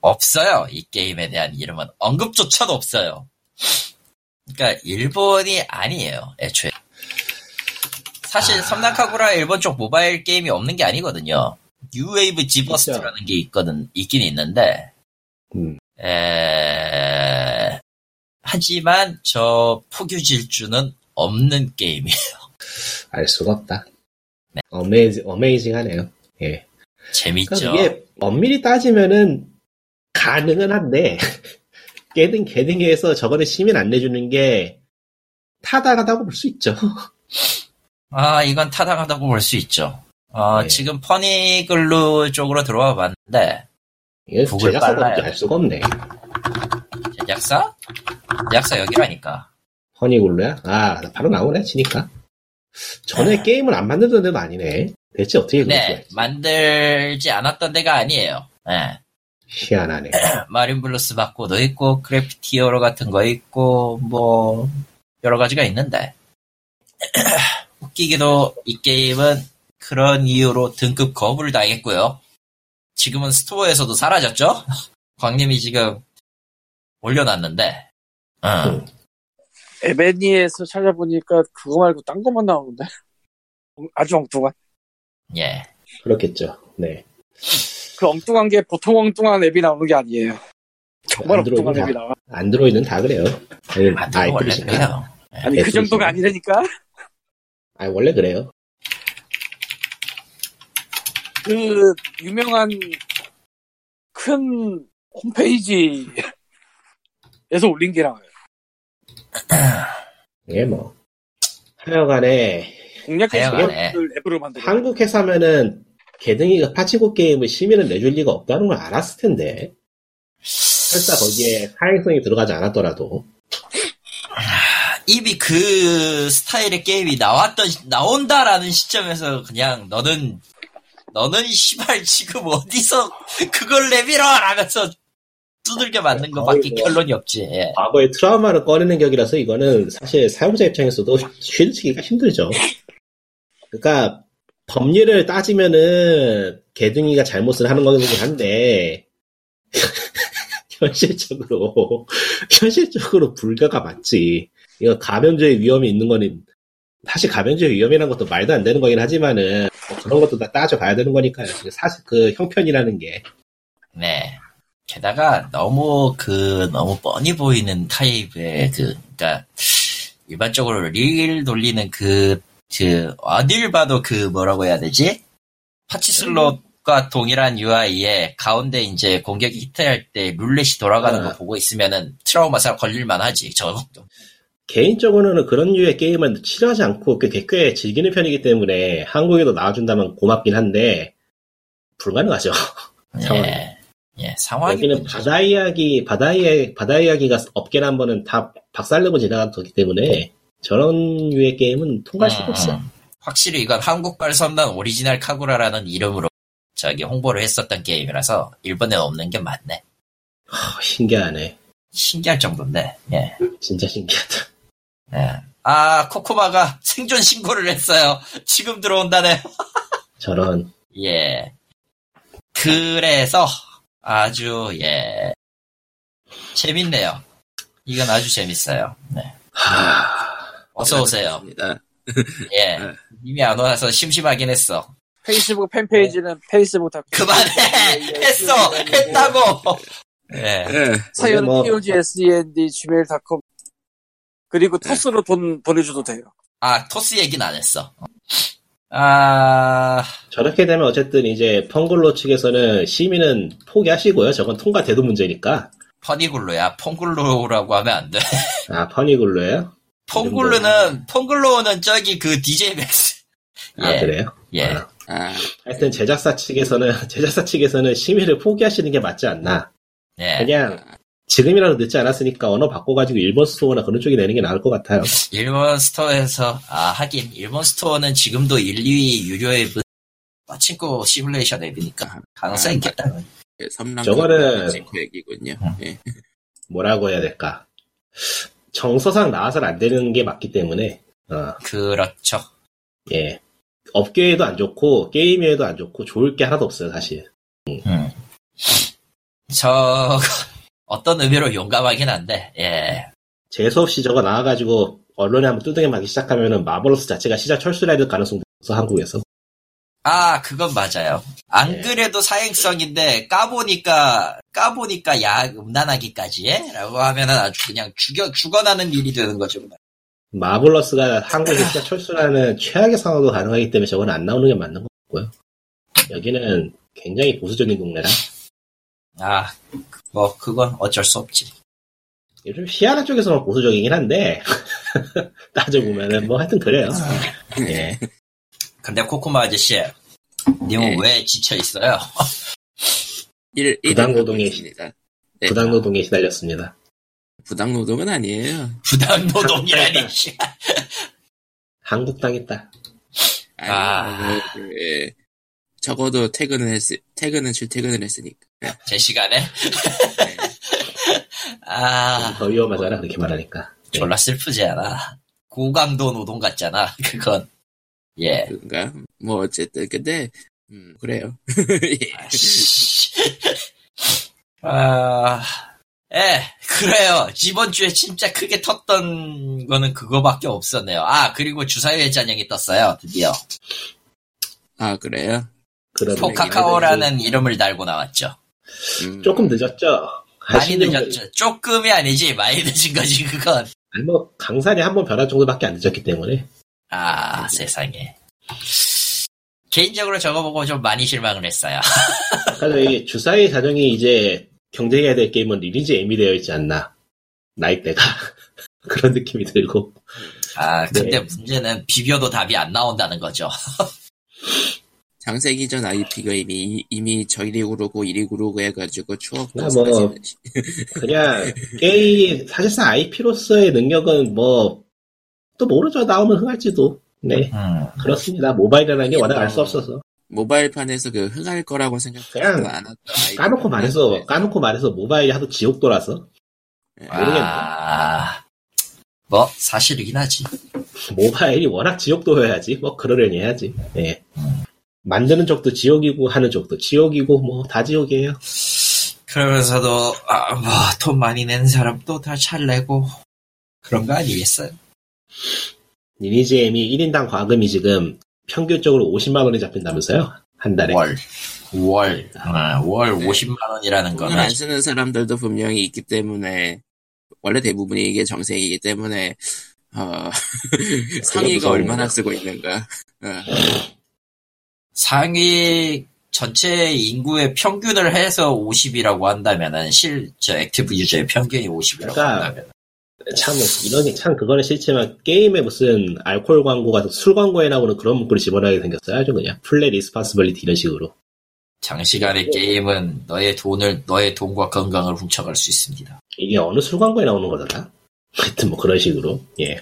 [SPEAKER 1] 없어요. 이 게임에 대한 이름은 언급조차도 없어요. 그러니까 일본이 아니에요, 애초에. 사실
[SPEAKER 3] 아.
[SPEAKER 1] 섬나카구라 일본 쪽 모바일 게임이 없는 게 아니거든요. 뉴웨이브 지버스트라는 게 있거든, 있긴 있는데,
[SPEAKER 3] 음.
[SPEAKER 1] 에... 하지만 저 포규질주는 없는 게임이에요.
[SPEAKER 3] 알 수가 없다. 어메이징, 어메이징하네요. 예.
[SPEAKER 1] 재밌죠?
[SPEAKER 3] 그러니까 이게 엄밀히 따지면은 가능은 한데 개등 개등해서 저거를 시민 안 내주는 게 타당하다고 볼 수 있죠.
[SPEAKER 1] 아, 이건 타당하다고 볼 수 있죠. 어,
[SPEAKER 3] 예.
[SPEAKER 1] 지금 퍼니글루 쪽으로 들어와 봤는데,
[SPEAKER 3] 이게
[SPEAKER 1] 구글
[SPEAKER 3] 제작사도
[SPEAKER 1] 빨라요.
[SPEAKER 3] 알 수가 없네.
[SPEAKER 1] 제작사? 제작사 여기라니까.
[SPEAKER 3] 허니굴루야? 아 바로 나오네 치니까. 전에
[SPEAKER 1] 아.
[SPEAKER 3] 게임을 안 만들던 데도 아니네. 대체 어떻게 그럴 수가
[SPEAKER 1] 네,
[SPEAKER 3] 있지?
[SPEAKER 1] 만들지 않았던 데가 아니에요. 예.
[SPEAKER 3] 희한하네.
[SPEAKER 1] 마린블루스 바코도 있고, 크래프티어로 같은 거 있고, 뭐, 여러 가지가 있는데. 웃기기도 이 게임은 그런 이유로 등급 거부를 당했고요. 지금은 스토어에서도 사라졌죠? 광님이 지금 올려놨는데. 응.
[SPEAKER 2] 에베니에서 찾아보니까 그거 말고 딴 것만 나오는데 아주 엉뚱한
[SPEAKER 1] 예.
[SPEAKER 3] 그렇겠죠. 네.
[SPEAKER 2] 그 엉뚱한 게 보통 엉뚱한 앱이 나오는 게 아니에요 정말
[SPEAKER 3] 안드로이드
[SPEAKER 2] 엉뚱한
[SPEAKER 3] 다-
[SPEAKER 2] 앱이 나와
[SPEAKER 3] 안드로이드는 다 그래요. 네,
[SPEAKER 1] 안
[SPEAKER 3] 아,
[SPEAKER 1] 되고 원래
[SPEAKER 3] 애플이니까.
[SPEAKER 1] 그래요.
[SPEAKER 2] 아니 그
[SPEAKER 3] 애플이지.
[SPEAKER 2] 정도가 아니라니까
[SPEAKER 3] 아, 원래 그래요.
[SPEAKER 2] 그 유명한 큰 홈페이지에서 올린 게 나와요
[SPEAKER 3] 예, 뭐. 하여간에,
[SPEAKER 2] 공략 게임을
[SPEAKER 1] 다양하네.
[SPEAKER 2] 앱으로 만들어
[SPEAKER 3] 한국 회사면은, 개등이가 파치고 게임을 시민을 내줄 리가 없다는 걸 알았을 텐데. 설사 거기에 사행성이 들어가지 않았더라도.
[SPEAKER 1] 이미 그 스타일의 게임이 나왔던 나온다라는 시점에서 그냥 너는 너는 시발 지금 어디서 그걸 내밀어 라면서 두들겨 맞는 것밖에
[SPEAKER 3] 거의 뭐.
[SPEAKER 1] 결론이 없지. 예.
[SPEAKER 3] 과거의 트라우마를 꺼내는 격이라서 이거는 사실 사용자 입장에서도 쉴치기가 힘들죠. 그러니까, 법률을 따지면은, 개등이가 잘못을 하는 거긴 한데, 현실적으로 현실적으로 불가가 맞지. 이거 가변조의 위험이 있는 거는 사실 가변조의 위험이라는 것도 말도 안 되는 거긴 하지만은 뭐 그런 것도 다 따져가야 되는 거니까요. 이게 사실 그 형편이라는 게
[SPEAKER 1] 네. 게다가 너무 그 너무 뻔히 보이는 타입의 그 그러니까 일반적으로 릴 돌리는 그 그 어딜 봐도 그 뭐라고 해야 되지 파치슬롯과 동일한 UI에 가운데 이제 공격이 히트할 때 룰렛이 돌아가는
[SPEAKER 3] 아.
[SPEAKER 1] 거 보고 있으면은 트라우마상 걸릴만하지 저 정도.
[SPEAKER 3] 개인적으로는 그런 류의 게임은 싫어하지 않고 꽤, 꽤 즐기는 편이기 때문에 한국에도 나와준다면 고맙긴 한데 불가능하죠. 상황이.
[SPEAKER 1] 예. 예, 상황이
[SPEAKER 3] 여기는
[SPEAKER 1] 문제죠.
[SPEAKER 3] 바다 이야기, 바다 이야기, 바다 이야기가 업계를 한 번은 다 박살내고 지나갔기 때문에 저런 류의 게임은 통과할 수가
[SPEAKER 1] 음,
[SPEAKER 3] 없어.
[SPEAKER 1] 음. 확실히 이건 한국발 선단 오리지널 카구라라는 이름으로 저기 홍보를 했었던 게임이라서 일본에 없는 게 맞네.
[SPEAKER 3] 아, 신기하네.
[SPEAKER 1] 신기할 정도인데. 예.
[SPEAKER 3] 진짜 신기하다.
[SPEAKER 1] 예. 아 코코마가 생존 신고를 했어요. 지금 들어온다네.
[SPEAKER 3] 저런.
[SPEAKER 1] 예. 그래서 아주 예 재밌네요. 이건 아주 재밌어요. 네.
[SPEAKER 3] 하.
[SPEAKER 4] 네,
[SPEAKER 1] 어서 오세요.
[SPEAKER 4] 그렇습니다. 네.
[SPEAKER 1] 예. 이미 안 와서 심심하긴 했어.
[SPEAKER 2] 페이스북 팬페이지는 페이스북 닷
[SPEAKER 1] 그만해 했어 했다고. 예.
[SPEAKER 4] 예.
[SPEAKER 2] 사연
[SPEAKER 3] 뭐-
[SPEAKER 2] POGSEND gmail.com 그리고
[SPEAKER 1] 네.
[SPEAKER 2] 토스로 돈 보내줘도 돼요.
[SPEAKER 1] 아, 토스 얘기는 안 했어. 아,
[SPEAKER 3] 저렇게 되면 어쨌든 이제 펑글로 측에서는 시민은 포기하시고요. 저건 통과돼도 문제니까.
[SPEAKER 1] 퍼니굴로야. 퐁글로라고 하면 안 돼.
[SPEAKER 3] 아, 퍼니굴로예요?
[SPEAKER 1] 퐁글로는, 퐁글로는 저기 그 DJ 맥스.
[SPEAKER 3] 아,
[SPEAKER 1] 예.
[SPEAKER 3] 그래요?
[SPEAKER 1] 예.
[SPEAKER 3] 아.
[SPEAKER 4] 아,
[SPEAKER 3] 하여튼 제작사 측에서는 제작사 측에서는 시민을 포기하시는 게 맞지 않나.
[SPEAKER 1] 예.
[SPEAKER 3] 그냥 지금이라도 늦지 않았으니까 언어 바꿔가지고 일본 스토어나 그런 쪽이 내는 게 나을 것 같아요.
[SPEAKER 1] 일본 스토어에서, 아, 하긴, 일본 스토어는 지금도 1, 2위 유료 앱은 빠친코 시뮬레이션 앱이니까 가능성이 있겠다.
[SPEAKER 4] 예, 섬랑
[SPEAKER 3] 저거는-
[SPEAKER 4] 코 얘기군요.
[SPEAKER 3] 어.
[SPEAKER 4] 예.
[SPEAKER 3] 뭐라고 해야 될까? 정서상 나와서는 안 되는 게 맞기 때문에 어,
[SPEAKER 1] 그렇죠.
[SPEAKER 3] 예 업계에도 안 좋고 게임에도 안 좋고 좋을 게 하나도 없어요 사실.
[SPEAKER 1] 음. 저, 어떤 의미로 용감하긴 한데, 예.
[SPEAKER 3] 재수 없이 저거 나와가지고 언론에 한번 뚜둥이 맞기 시작하면은 마블러스 자체가 시작 철수해야 될 가능성도 있어 한국에서.
[SPEAKER 1] 아, 그건 맞아요. 안
[SPEAKER 3] 예.
[SPEAKER 1] 그래도 사행성인데 까보니까 까보니까 야 음란하기까지 해?라고 하면은 아주 그냥 죽여 죽어나는 일이 되는 거죠.
[SPEAKER 3] 마블러스가 한국에서 시작 철수라는 최악의 상황도 가능하기 때문에 저건 안 나오는 게 맞는 것 같고요. 여기는 굉장히 보수적인 국내라
[SPEAKER 1] 아, 뭐 그건 어쩔 수 없지.
[SPEAKER 3] 요즘 희한한 쪽에서만 보수적이긴 한데 따져보면은 뭐 하여튼 그래요. 예.
[SPEAKER 1] 근데 코코마 아저씨, 님은
[SPEAKER 4] 예.
[SPEAKER 1] 왜 지쳐 있어요?
[SPEAKER 4] 일, 일-
[SPEAKER 3] 부당노동이-
[SPEAKER 4] 있습니다. 예.
[SPEAKER 3] 부당노동에 시달렸습니다.
[SPEAKER 4] 부당노동은 아니에요.
[SPEAKER 1] 부당 노동이라니. 씨.
[SPEAKER 3] 한국 당했다.
[SPEAKER 4] 아니,
[SPEAKER 1] 아.
[SPEAKER 4] 그, 그, 예. 적어도 퇴근을 했, 퇴근은 출퇴근을 했으니까.
[SPEAKER 1] 제 시간에
[SPEAKER 4] 예.
[SPEAKER 1] 아
[SPEAKER 3] 더 위험하잖아 그렇게 말하니까. 네.
[SPEAKER 1] 졸라 슬프지 않아. 고강도 노동 같잖아. 그건 예.
[SPEAKER 4] 그런가? 뭐, 어쨌든, 근데, 음, 그래요. 예.
[SPEAKER 1] 아, 예, 그래요. 이번 주에 진짜 크게 텄던 거는 그거밖에 없었네요. 아, 그리고 주사위의 잔영이 떴어요, 드디어.
[SPEAKER 4] 아, 그래요?
[SPEAKER 3] 그런
[SPEAKER 1] 포카카오라는 이름을 달고 나왔죠.
[SPEAKER 4] 음,
[SPEAKER 3] 조금 늦었죠. 한
[SPEAKER 1] 많이
[SPEAKER 3] 10년
[SPEAKER 1] 늦었죠. 조금이 아니지, 많이 늦은 거지, 그건.
[SPEAKER 3] 아니 뭐 강산이 한 번 변한 정도밖에 안 늦었기 때문에
[SPEAKER 1] 아, 세상에. 개인적으로 저거 보고 좀 많이 실망을 했어요.
[SPEAKER 3] 아까 저희 주사위 사정이 이제 경쟁해야 될 게임은 리니지 M이 되어 있지 않나 나이대가 그런 느낌이 들고
[SPEAKER 1] 아, 근데
[SPEAKER 3] 네.
[SPEAKER 1] 문제는 비벼도 답이 안 나온다는 거죠.
[SPEAKER 4] 장세기 전 IP가 이미, 이미 저 이리 구르고 이리 구르고 해가지고 추억
[SPEAKER 3] 나 뭐- 그냥 게임 사실상 IP로서의 능력은 뭐 또 모르죠 나오면 흥할지도 네
[SPEAKER 1] 음,
[SPEAKER 3] 그렇습니다 모바일이라는 게 워낙 알 수 없어서
[SPEAKER 4] 모바일판에서 그 흥할 거라고 생각하지도
[SPEAKER 3] 그냥
[SPEAKER 4] 않았던 아이들.
[SPEAKER 3] 까놓고 말해서
[SPEAKER 4] 네.
[SPEAKER 3] 까놓고 말해서 모바일이 하도 지옥돌아서
[SPEAKER 1] 아, 뭐, 사실이긴 하지.
[SPEAKER 3] 모바일이 워낙 지옥도여야지 뭐 그러려니 해야지 네. 예. 만드는 쪽도 지옥이고 하는 쪽도 지옥이고 뭐 다 지옥이에요
[SPEAKER 1] 그러면서도 아, 뭐돈 많이 낸 사람도 다 잘 내고 그런 거 아니겠어요?
[SPEAKER 3] 니니지엠이 1인당 과금이 지금 평균적으로 50만 원이 잡힌다면서요? 한 달에.
[SPEAKER 1] 월. 월. 아, 월
[SPEAKER 4] 네.
[SPEAKER 1] 50만 원이라는
[SPEAKER 4] 돈을
[SPEAKER 3] 아,
[SPEAKER 4] 안
[SPEAKER 1] 거는
[SPEAKER 4] 쓰는 사람들도 분명히 있기 때문에 원래 대부분이 이게 정색이기 때문에 어, 상위가
[SPEAKER 3] 무서운
[SPEAKER 4] 얼마나
[SPEAKER 3] 거야.
[SPEAKER 4] 쓰고 있는가 어,
[SPEAKER 1] 상위 전체 인구의 평균을 해서 50이라고 한다면은 실 저 액티브 유저의 평균이 50이라고
[SPEAKER 3] 그러니까
[SPEAKER 1] 한다면
[SPEAKER 3] 참, 이런, 참, 그거는 싫지만, 게임에 무슨, 알코올 광고 같은 술 광고에 나오는 그런 문구를 집어넣게 생겼어요. 아주 그냥. 플레이 리스파스빌리티 이런 식으로.
[SPEAKER 1] 장시간의 게임은 너의 돈을 너의 돈과 건강을 훔쳐갈 수 있습니다.
[SPEAKER 3] 이게 어느 술 광고에 나오는 거더라? 하여튼 뭐 그런 식으로. 예.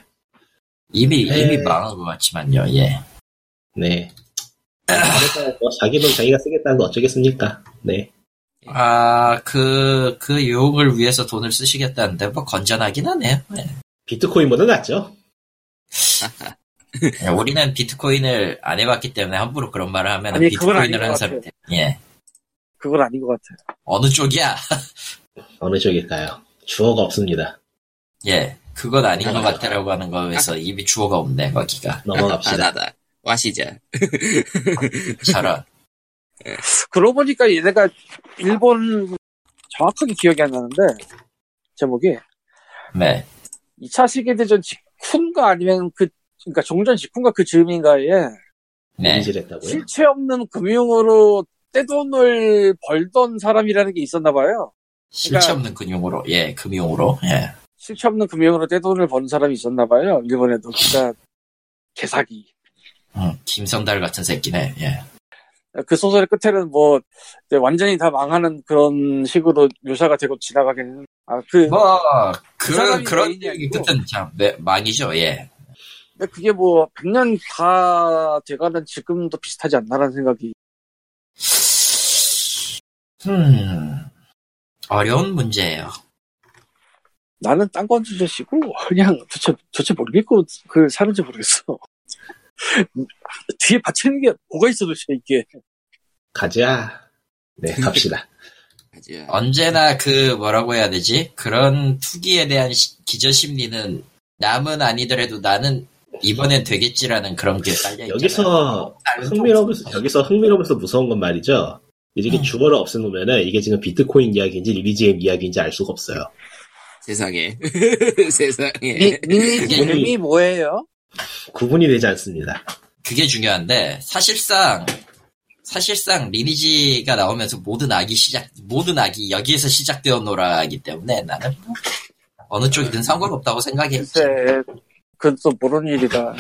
[SPEAKER 1] 이미 이미
[SPEAKER 3] 에이.
[SPEAKER 1] 망한 것 같지만요. 예.
[SPEAKER 3] 네. 그래서 뭐 자기 돈 자기가 쓰겠다는 거 어쩌겠습니까? 네.
[SPEAKER 1] 아, 그, 그 유혹을 위해서 돈을 쓰시겠다는데, 뭐, 건전하긴 하네요. 예.
[SPEAKER 3] 비트코인보다 낫죠?
[SPEAKER 1] 예, 우리는 비트코인을 안 해봤기 때문에 함부로 그런 말을 하면
[SPEAKER 2] 아니, 그건 아닌
[SPEAKER 1] 비트코인을
[SPEAKER 2] 것
[SPEAKER 1] 하는
[SPEAKER 2] 같아요.
[SPEAKER 1] 사람 때 예.
[SPEAKER 2] 그건 아닌 것 같아요.
[SPEAKER 1] 어느 쪽이야?
[SPEAKER 3] 어느 쪽일까요? 주어가 없습니다.
[SPEAKER 1] 예. 그건 아닌 것
[SPEAKER 3] 아.
[SPEAKER 1] 같다라고 하는 거에서 이미 주어가 없네, 거기가.
[SPEAKER 3] 넘어갑시다.
[SPEAKER 4] 아다다 와시자
[SPEAKER 1] 저런.
[SPEAKER 2] 그러고 보니까 얘네가 일본 정확하게 기억이 안 나는데 제목이
[SPEAKER 1] 네.
[SPEAKER 2] 2차 세계대전 직후인가 아니면 그 그러니까 종전 직후인가 그 즈음인가에
[SPEAKER 1] 네.
[SPEAKER 3] 인지를 했다고요?
[SPEAKER 2] 실체 없는 금융으로 떼돈을 벌던 사람이라는 게 있었나 봐요.
[SPEAKER 1] 실체 없는 근용으로, 예, 금융으로, 예.
[SPEAKER 2] 실체 없는 금융으로 떼돈을 버는 사람이 있었나 봐요. 일본에도 그러니까 개사기.
[SPEAKER 1] 음, 김성달 같은 새끼네, 예.
[SPEAKER 2] 그 소설의 끝에는 뭐 이제 완전히 다 망하는 그런 식으로 묘사가 되고 지나가긴 했는데 아그
[SPEAKER 1] 뭐, 그런,
[SPEAKER 2] 사람이
[SPEAKER 1] 그런
[SPEAKER 2] 메인이
[SPEAKER 1] 얘기
[SPEAKER 2] 아니고.
[SPEAKER 1] 끝은 참, 네, 망이죠, 예.
[SPEAKER 2] 근데 그게 뭐 100년 다 돼가는 지금도 비슷하지 않나라는 생각이
[SPEAKER 1] 음, 어려운 문제예요.
[SPEAKER 2] 나는 딴 건 주제시고 그냥 도대체 도대체 뭘 믿고 그 사는지 모르겠어 뒤에 받치는 게 뭐가 있어 도대체 이게
[SPEAKER 3] 가자. 네, 갑시다.
[SPEAKER 4] 아주
[SPEAKER 3] 네.
[SPEAKER 1] 언제나 그 뭐라고 해야 되지? 그런 투기에 대한 시- 기저심리는 남은 아니더라도 나는 이번엔 되겠지라는 그런 게 딸려 있잖아요.
[SPEAKER 3] 여기서 흥미로우면서, 여기서 흥미로우면서 무서운 건 말이죠. 이렇게
[SPEAKER 1] 음.
[SPEAKER 3] 주어를 없애놓으면은 이게 지금 비트코인 이야기인지 리니지엠 이야기인지 알 수가 없어요.
[SPEAKER 4] 세상에 세상에
[SPEAKER 2] 니니 이름이 뭐예요?
[SPEAKER 3] 구분이 되지 않습니다.
[SPEAKER 1] 그게 중요한데 사실상 사실상 리니지가 나오면서 모든 악이 시작 모든 악이 여기에서 시작되었노라기 때문에 나는 뭐 어느 쪽이든 상관없다고 생각해.
[SPEAKER 2] 글쎄 그건 또 모르는 일이다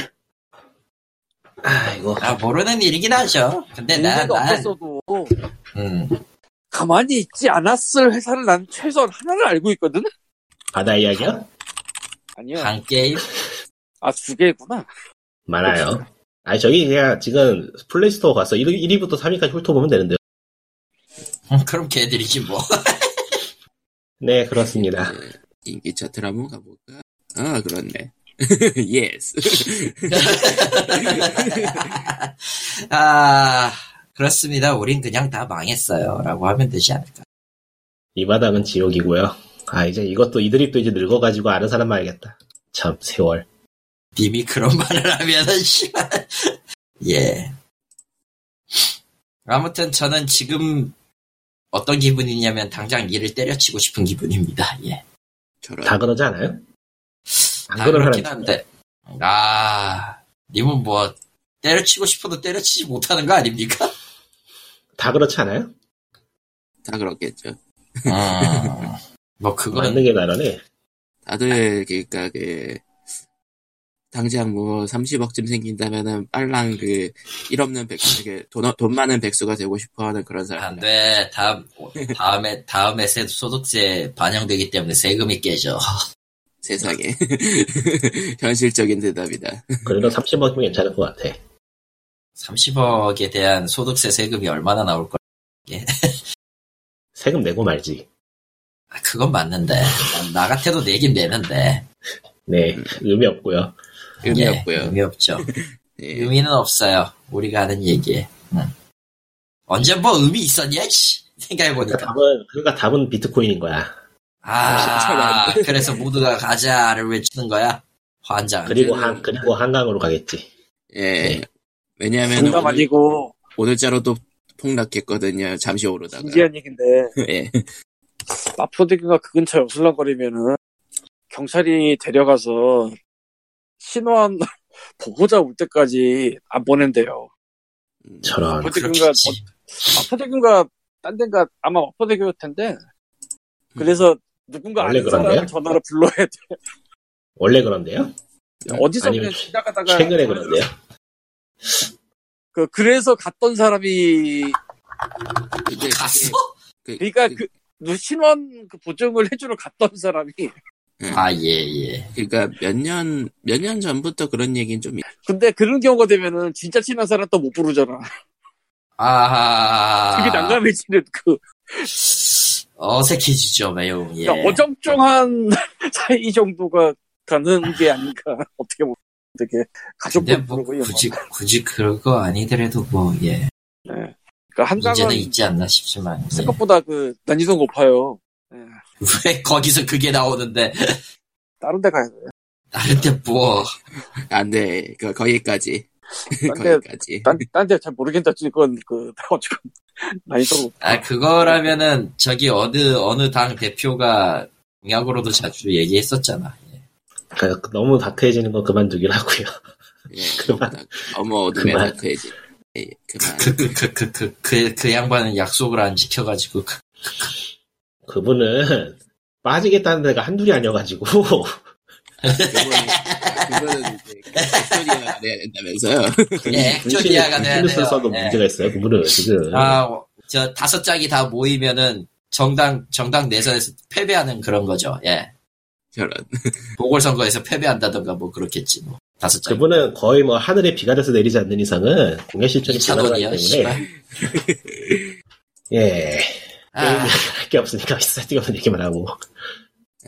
[SPEAKER 3] 아이고.
[SPEAKER 1] 아 모르는 일이긴 하죠. 근데
[SPEAKER 2] 인재가
[SPEAKER 1] 난, 난
[SPEAKER 2] 없었어도
[SPEAKER 1] 음,
[SPEAKER 2] 가만히 있지 않았을 회사를 난 최소한 하나를 알고 있거든?
[SPEAKER 3] 바다 이야기요?
[SPEAKER 2] 아니요
[SPEAKER 1] 강 게임
[SPEAKER 2] 아 두 개구나
[SPEAKER 3] 많아요. 아니, 저기 그냥 지금 플레이스토어 가서 1, 1위부터 3위까지 훑어보면 되는데요.
[SPEAKER 1] 음, 그럼 걔들이지 뭐.
[SPEAKER 3] 네, 그렇습니다.
[SPEAKER 4] 예, 인기 차트를 한번 가볼까 아 그렇네 예스
[SPEAKER 1] 아, 그렇습니다. 우린 그냥 다 망했어요. 라고 하면 되지 않을까.
[SPEAKER 3] 이 바닥은 지옥이고요. 아, 이제 이것도 이들이 또 이제 늙어가지고 아는 사람만 알겠다. 참, 세월.
[SPEAKER 1] 님이 그런 말을 하면은, 씨발. 예. 아무튼 저는 지금 어떤 기분이냐면 당장 이를 때려치고 싶은 기분입니다. 예.
[SPEAKER 4] 저런
[SPEAKER 3] 다 그러지 않아요?
[SPEAKER 1] 다
[SPEAKER 3] 안 그런
[SPEAKER 1] 그렇긴
[SPEAKER 3] 사람
[SPEAKER 1] 한데. 아, 님은 뭐, 때려치고 싶어도 때려치지 못하는 거 아닙니까?
[SPEAKER 3] 다 그렇지 않아요?
[SPEAKER 4] 다 그렇겠죠
[SPEAKER 3] 어.
[SPEAKER 1] 음, 뭐, 그건
[SPEAKER 3] 맞는 게 나라네.
[SPEAKER 4] 다들 그러니까 그 당장 뭐 30억쯤 생긴다면은 빨랑 그 일 없는 백수 그 돈, 돈 많은 백수가 되고 싶어하는 그런 사람
[SPEAKER 1] 안 돼. 다음, 다음에, 다음에 세, 소득세 반영되기 때문에 세금이 깨져.
[SPEAKER 4] 세상에 현실적인 대답이다
[SPEAKER 3] 그래도 30억이면 괜찮을 것 같아.
[SPEAKER 1] 30억에 대한 소득세 세금이 얼마나 나올 걸.
[SPEAKER 3] 세금 내고 말지.
[SPEAKER 1] 아, 그건 맞는데. 난- 나 같아도 내긴 내는데.
[SPEAKER 3] 네, 의미 없고요. 그러니까
[SPEAKER 4] 의미
[SPEAKER 1] 예,
[SPEAKER 4] 없고요
[SPEAKER 1] 의미 없죠.
[SPEAKER 4] 예.
[SPEAKER 1] 의미는 없어요. 우리가 하는 얘기에. 응. 언제 뭐 의미 있었냐, 씨.
[SPEAKER 3] 그러니까
[SPEAKER 1] 생각해보니까.
[SPEAKER 3] 답은 그러니까 답은 비트코인인 거야.
[SPEAKER 1] 아, 그래서 모두가 가자를 외치는 거야. 환장.
[SPEAKER 3] 그리고
[SPEAKER 4] 이제는-
[SPEAKER 3] 한 그리고 한강으로 가겠지.
[SPEAKER 4] 예. 왜냐하면
[SPEAKER 2] 정답
[SPEAKER 4] 오늘,
[SPEAKER 2] 아니고
[SPEAKER 4] 오늘자로 또 폭락했거든요. 잠시 오르다가.
[SPEAKER 2] 진지한 얘긴데
[SPEAKER 4] 예.
[SPEAKER 2] 마포대교가 그 근처에 어슬렁거리면은 경찰이 데려가서 신호한 보호자 올 때까지 안 보낸대요.
[SPEAKER 4] 음,
[SPEAKER 3] 저런.
[SPEAKER 2] 마포대교가
[SPEAKER 1] 그렇겠지.
[SPEAKER 2] 마포대교가 딴 데인가 아마 마포대교일 텐데 그래서 누군가
[SPEAKER 3] 음. 원래
[SPEAKER 2] 아는
[SPEAKER 3] 그런데요?
[SPEAKER 2] 사람을 전화로 불러야 돼.
[SPEAKER 3] 원래 그런데요?
[SPEAKER 2] 어디서
[SPEAKER 3] 아니면
[SPEAKER 2] 그냥 지나가다가
[SPEAKER 3] 최근에 그런데요?
[SPEAKER 2] 그 그래서 갔던 사람이
[SPEAKER 4] 근데 그게-
[SPEAKER 1] 갔어?
[SPEAKER 4] 그-
[SPEAKER 2] 그러니까 그 누- 신원 그 보증을 해주러 갔던 사람이 어-
[SPEAKER 1] 아, 예, 예.
[SPEAKER 4] 그러니까 몇 년, 몇 년 전부터 그런 얘기는 좀, 있-
[SPEAKER 2] 근데 그런 경우가 되면은 진짜 친한 사람 또 못 부르잖아.
[SPEAKER 1] 아하.
[SPEAKER 2] 그게 난감해지는 그
[SPEAKER 1] 어색해지죠, 매우. 예.
[SPEAKER 2] 그러니까 어정쩡한 사이 정도가 가는 게 아닌가 어떻게 보면 되게
[SPEAKER 1] 근데
[SPEAKER 2] 가족도
[SPEAKER 1] 뭐,
[SPEAKER 2] 부르고 이런 거.
[SPEAKER 1] 굳이, 굳이 그럴 거 아니더라도 뭐, 예.
[SPEAKER 2] 그러니까
[SPEAKER 1] 문제는
[SPEAKER 2] 한강은
[SPEAKER 1] 있지 않나 싶지만. 예.
[SPEAKER 2] 생각보다 그 난이도 높아요. 예.
[SPEAKER 1] 왜 거기서 그게 나오는데,
[SPEAKER 2] 다른 데 가야 돼.
[SPEAKER 1] 다른 데 뭐,
[SPEAKER 4] 안 돼. 그, 거기까지.
[SPEAKER 2] 근데-
[SPEAKER 4] 거기까지.
[SPEAKER 2] 딴데 잘 모르겠다 지건 그 어쨌건 난이도
[SPEAKER 1] 아, 그거라면은, 저기 어느, 어느 당 대표가 공약으로도 자주 얘기했었잖아. 예.
[SPEAKER 3] 그러니까 너무 다크해지는 건 그만두기로 하고요.
[SPEAKER 4] 예,
[SPEAKER 3] 그만.
[SPEAKER 4] 그만. 어머, 어둠의
[SPEAKER 3] 그만.
[SPEAKER 4] 다크해지. 예, 예, 그만.
[SPEAKER 1] 그, 그, 그, 그, 그, 그, 그 양반은 약속을 안 지켜가지고, 그-
[SPEAKER 3] 그분은 빠지겠다는 데가 한둘이 아니어가지고
[SPEAKER 4] 그거는, 그거는 이제, 스토리가 돼야 된다면서요.
[SPEAKER 1] 예, 액션이야가 돼야
[SPEAKER 3] 분신을
[SPEAKER 1] 돼요.
[SPEAKER 3] 써도
[SPEAKER 1] 예.
[SPEAKER 3] 문제가 있어요. 그분은 지금
[SPEAKER 1] 아, 어, 저 다섯 짝이 다 모이면은 정당 정당 내선에서 패배하는 그런 거죠. 예.
[SPEAKER 4] 저런.
[SPEAKER 1] 보궐선거에서 패배한다던가 뭐 그렇겠지 뭐. 다섯 짝.
[SPEAKER 3] 그분은 거의 뭐 하늘에 비가 돼서 내리지 않는 이상은 공연 실천이 불가능하기
[SPEAKER 1] 이차돈이야.
[SPEAKER 3] 때문에 예
[SPEAKER 1] 아,
[SPEAKER 3] 할 게 없으니까 쓸데없는 얘기만 하고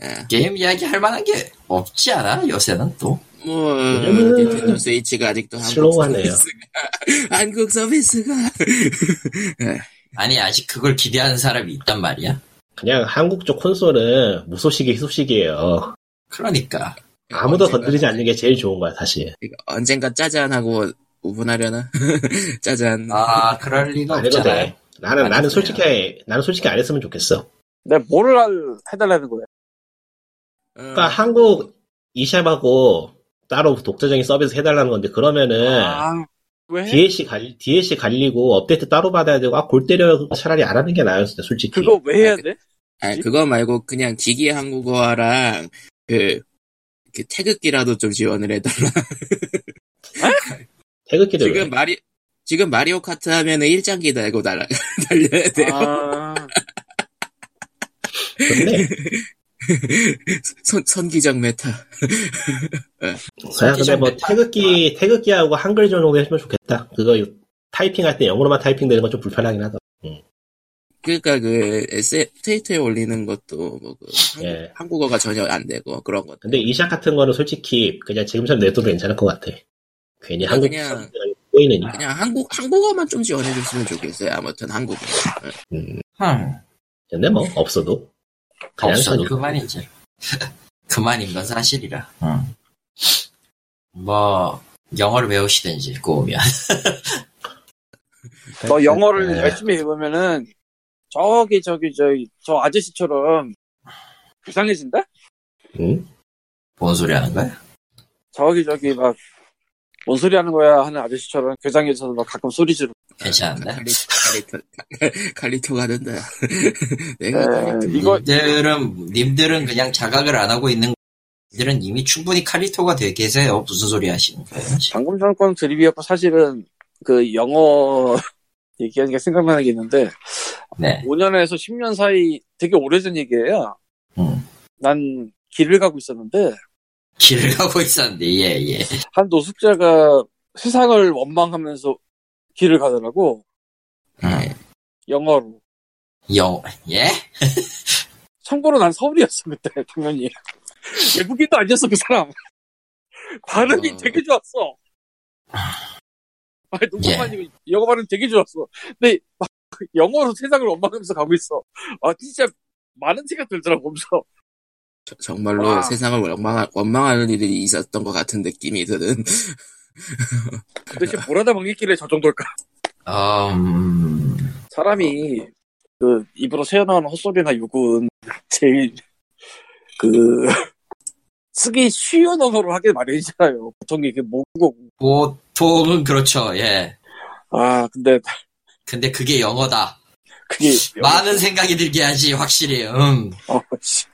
[SPEAKER 4] 예.
[SPEAKER 1] 게임 이야기 할 만한 게 없지 않아? 요새는 또.
[SPEAKER 4] 뭐,
[SPEAKER 3] 요즘은
[SPEAKER 4] 닌텐도 스위치가 아직도 한국
[SPEAKER 3] 슬로우하네요.
[SPEAKER 4] 서비스가, 한국 서비스가.
[SPEAKER 1] 아니 아직 그걸 기대하는 사람이 있단 말이야.
[SPEAKER 3] 그냥 한국 쪽 콘솔은 무소식이 희소식이에요.
[SPEAKER 1] 그러니까
[SPEAKER 3] 아무도
[SPEAKER 4] 언젠가-
[SPEAKER 3] 건드리지 않는 게 제일 좋은 거야 사실.
[SPEAKER 4] 그러니까 언젠가 짜잔하고 우분하려나? 짜잔.
[SPEAKER 1] 아 그럴 리가
[SPEAKER 3] 안 해도
[SPEAKER 1] 없잖아요.
[SPEAKER 3] 돼. 나는
[SPEAKER 4] 안
[SPEAKER 3] 나는
[SPEAKER 4] 했어요.
[SPEAKER 3] 솔직히 나는 솔직히 안 했으면 좋겠어.
[SPEAKER 2] 내가 뭐를 할- 해달라는 거야.
[SPEAKER 4] 어.
[SPEAKER 3] 그러니까 한국 이샵하고 따로 독자적인 서비스 해달라는 건데
[SPEAKER 1] 네.
[SPEAKER 3] 그러면은
[SPEAKER 2] 아, 왜? 해?
[SPEAKER 3] DLC 갈 DLC 갈리고 업데이트 따로 받아야 되고 아 골 때려 차라리 안 하는 게 나아요 진짜 솔직히.
[SPEAKER 2] 그거 왜 해야 돼?
[SPEAKER 4] 아, 그거 말고 그냥 기기 한국어랑 그, 그 태극기라도 좀 지원을 해달라.
[SPEAKER 3] 태극기를
[SPEAKER 4] 지금 마리 지금 마리오 카트 하면은 일장기 달고 달아, 달려야
[SPEAKER 1] 그- 네.
[SPEAKER 4] 돼요.
[SPEAKER 2] 아,
[SPEAKER 3] 왜? 근데
[SPEAKER 4] 선 선기장 메타.
[SPEAKER 3] 그냥 근데 뭐 태극기 태극기하고 한글 정도 했으면 좋겠다. 그거 타이핑할 때 영어로만 타이핑되는 건 좀 불편하긴 하다.
[SPEAKER 4] 그러니까 그 S 트위터에 올리는 것도 뭐그
[SPEAKER 1] 네.
[SPEAKER 3] 예.
[SPEAKER 4] 한국어가 전혀 안 되고 그런 것.
[SPEAKER 3] 근데 이샵 같은 거는 솔직히 그냥 지금처럼 내둬도 괜찮을 것 같아. 괜히 한국
[SPEAKER 4] 그냥-
[SPEAKER 3] 사람들이 꼬이느니.
[SPEAKER 4] 그냥 한국 한국어만 좀 지원해줬으면 좋겠어요. 아무튼 한국어.
[SPEAKER 3] 음,
[SPEAKER 1] 흠.
[SPEAKER 3] 근데 뭐 없어도
[SPEAKER 1] 네. 없어도
[SPEAKER 3] 다양성이.
[SPEAKER 1] 그만이지. 그만인 건 사실이라. 응. 뭐 영어를 배우시든지 꼬우면.
[SPEAKER 2] 너 영어를
[SPEAKER 1] 네.
[SPEAKER 3] 예.
[SPEAKER 2] 열심히 해보면은 저기 저기 저기 저 아저씨처럼 불쌍해진다?
[SPEAKER 3] 음?
[SPEAKER 1] 뭔 소리 하는 거야?
[SPEAKER 2] 저기 저기 막 뭔 소리 하는 거야 하는 아저씨처럼 교장에서 막 가끔 소리 지르고
[SPEAKER 1] 괜찮은데?
[SPEAKER 4] 칼리, 칼리토 칼리토가 된다. 네.
[SPEAKER 2] 에,
[SPEAKER 4] 내가
[SPEAKER 1] 네.
[SPEAKER 4] 칼리토.
[SPEAKER 2] 네, 이거
[SPEAKER 1] 님들은 님들은 그냥 자각을 안 하고 있는 님들은 이미 충분히 카리토가 돼 계세요. 무슨 소리 하시는 거예요?
[SPEAKER 2] 방금 전건 드립이었고 사실은 그 영어 얘기하니까 생각나는 게 있는데
[SPEAKER 1] 네.
[SPEAKER 2] 5년에서 10년 사이 되게 오래전 얘기예요
[SPEAKER 1] 음.
[SPEAKER 2] 난 길을 가고 있었는데
[SPEAKER 1] 길을 가고 있었는데 예 예.
[SPEAKER 2] 한 노숙자가 세상을 원망하면서 길을 가더라고
[SPEAKER 1] 음.
[SPEAKER 2] 영어로
[SPEAKER 1] 영 예?
[SPEAKER 2] 참고로 난 서울이었어 그때 당연히 외국인도 아니었어 그 사람 발음이
[SPEAKER 4] 어.
[SPEAKER 2] 되게 좋았어 아니 농담
[SPEAKER 1] 예.
[SPEAKER 2] 아니고 영어 발음 되게 좋았어 근데 막 영어로 세상을 원망하면서 가고 있어. 아 진짜 많은 생각 들더라고 하면서.
[SPEAKER 4] 저- 정말로
[SPEAKER 1] 아.
[SPEAKER 2] 와.
[SPEAKER 4] 세상을 원망하, 원망하는 일이 있었던 것 같은 느낌이 드는
[SPEAKER 2] 그 도대체 뭘 하다 망했길래 저 정도일까?
[SPEAKER 1] 음,
[SPEAKER 2] 사람이 그 입으로 새어나오는 헛소리나 욕은 제일 그 쓰기 쉬운 언어로 하길 마련이잖아요. 보통 이게 그 모국어.
[SPEAKER 1] 보통은 그렇죠, 예.
[SPEAKER 2] 아 근데
[SPEAKER 1] 근데 그게 영어다.
[SPEAKER 2] 그게
[SPEAKER 1] 많은 생각이 들게 하지, 확실히. 음.
[SPEAKER 2] 어, 씨.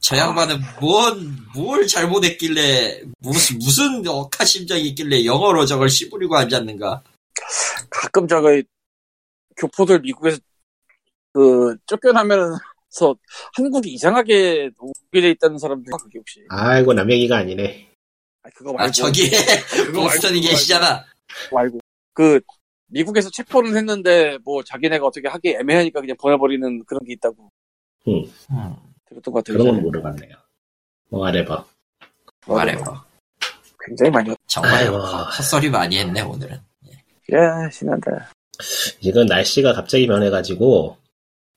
[SPEAKER 1] 저
[SPEAKER 2] 아.
[SPEAKER 1] 양반은 뭔, 뭘 잘못했길래, 무슨, 무슨 억하 심정이 있길래 영어로 저걸 씹으려고 앉았는가.
[SPEAKER 2] 가끔 저거 교포들 미국에서 그 쫓겨나면서 한국이 이상하게 오게 돼 있다는 사람들 그게 혹시
[SPEAKER 3] 아, 이거 남 얘기가 아니네.
[SPEAKER 2] 아 그거 말고
[SPEAKER 1] 아, 저기에,
[SPEAKER 2] 그거 말고,
[SPEAKER 1] 보스턴이
[SPEAKER 2] 그거
[SPEAKER 1] 계시잖아.
[SPEAKER 2] 말고 그 미국에서 체포를 했는데 뭐 자기네가 어떻게 하기 애매하니까 그냥 보내버리는 그런 게 있다고 음. 들었던 것 같아요.
[SPEAKER 3] 음. 그런 건 뭐, 모르겠네요. 뭐, whatever.
[SPEAKER 1] 말해봐.
[SPEAKER 2] 어, 굉장히 많이 왔-
[SPEAKER 1] 정말
[SPEAKER 3] 아이고.
[SPEAKER 1] 헛소리 많이 했네, 오늘은.
[SPEAKER 2] 야 예, 신난다.
[SPEAKER 3] 지금 날씨가 갑자기 변해가지고,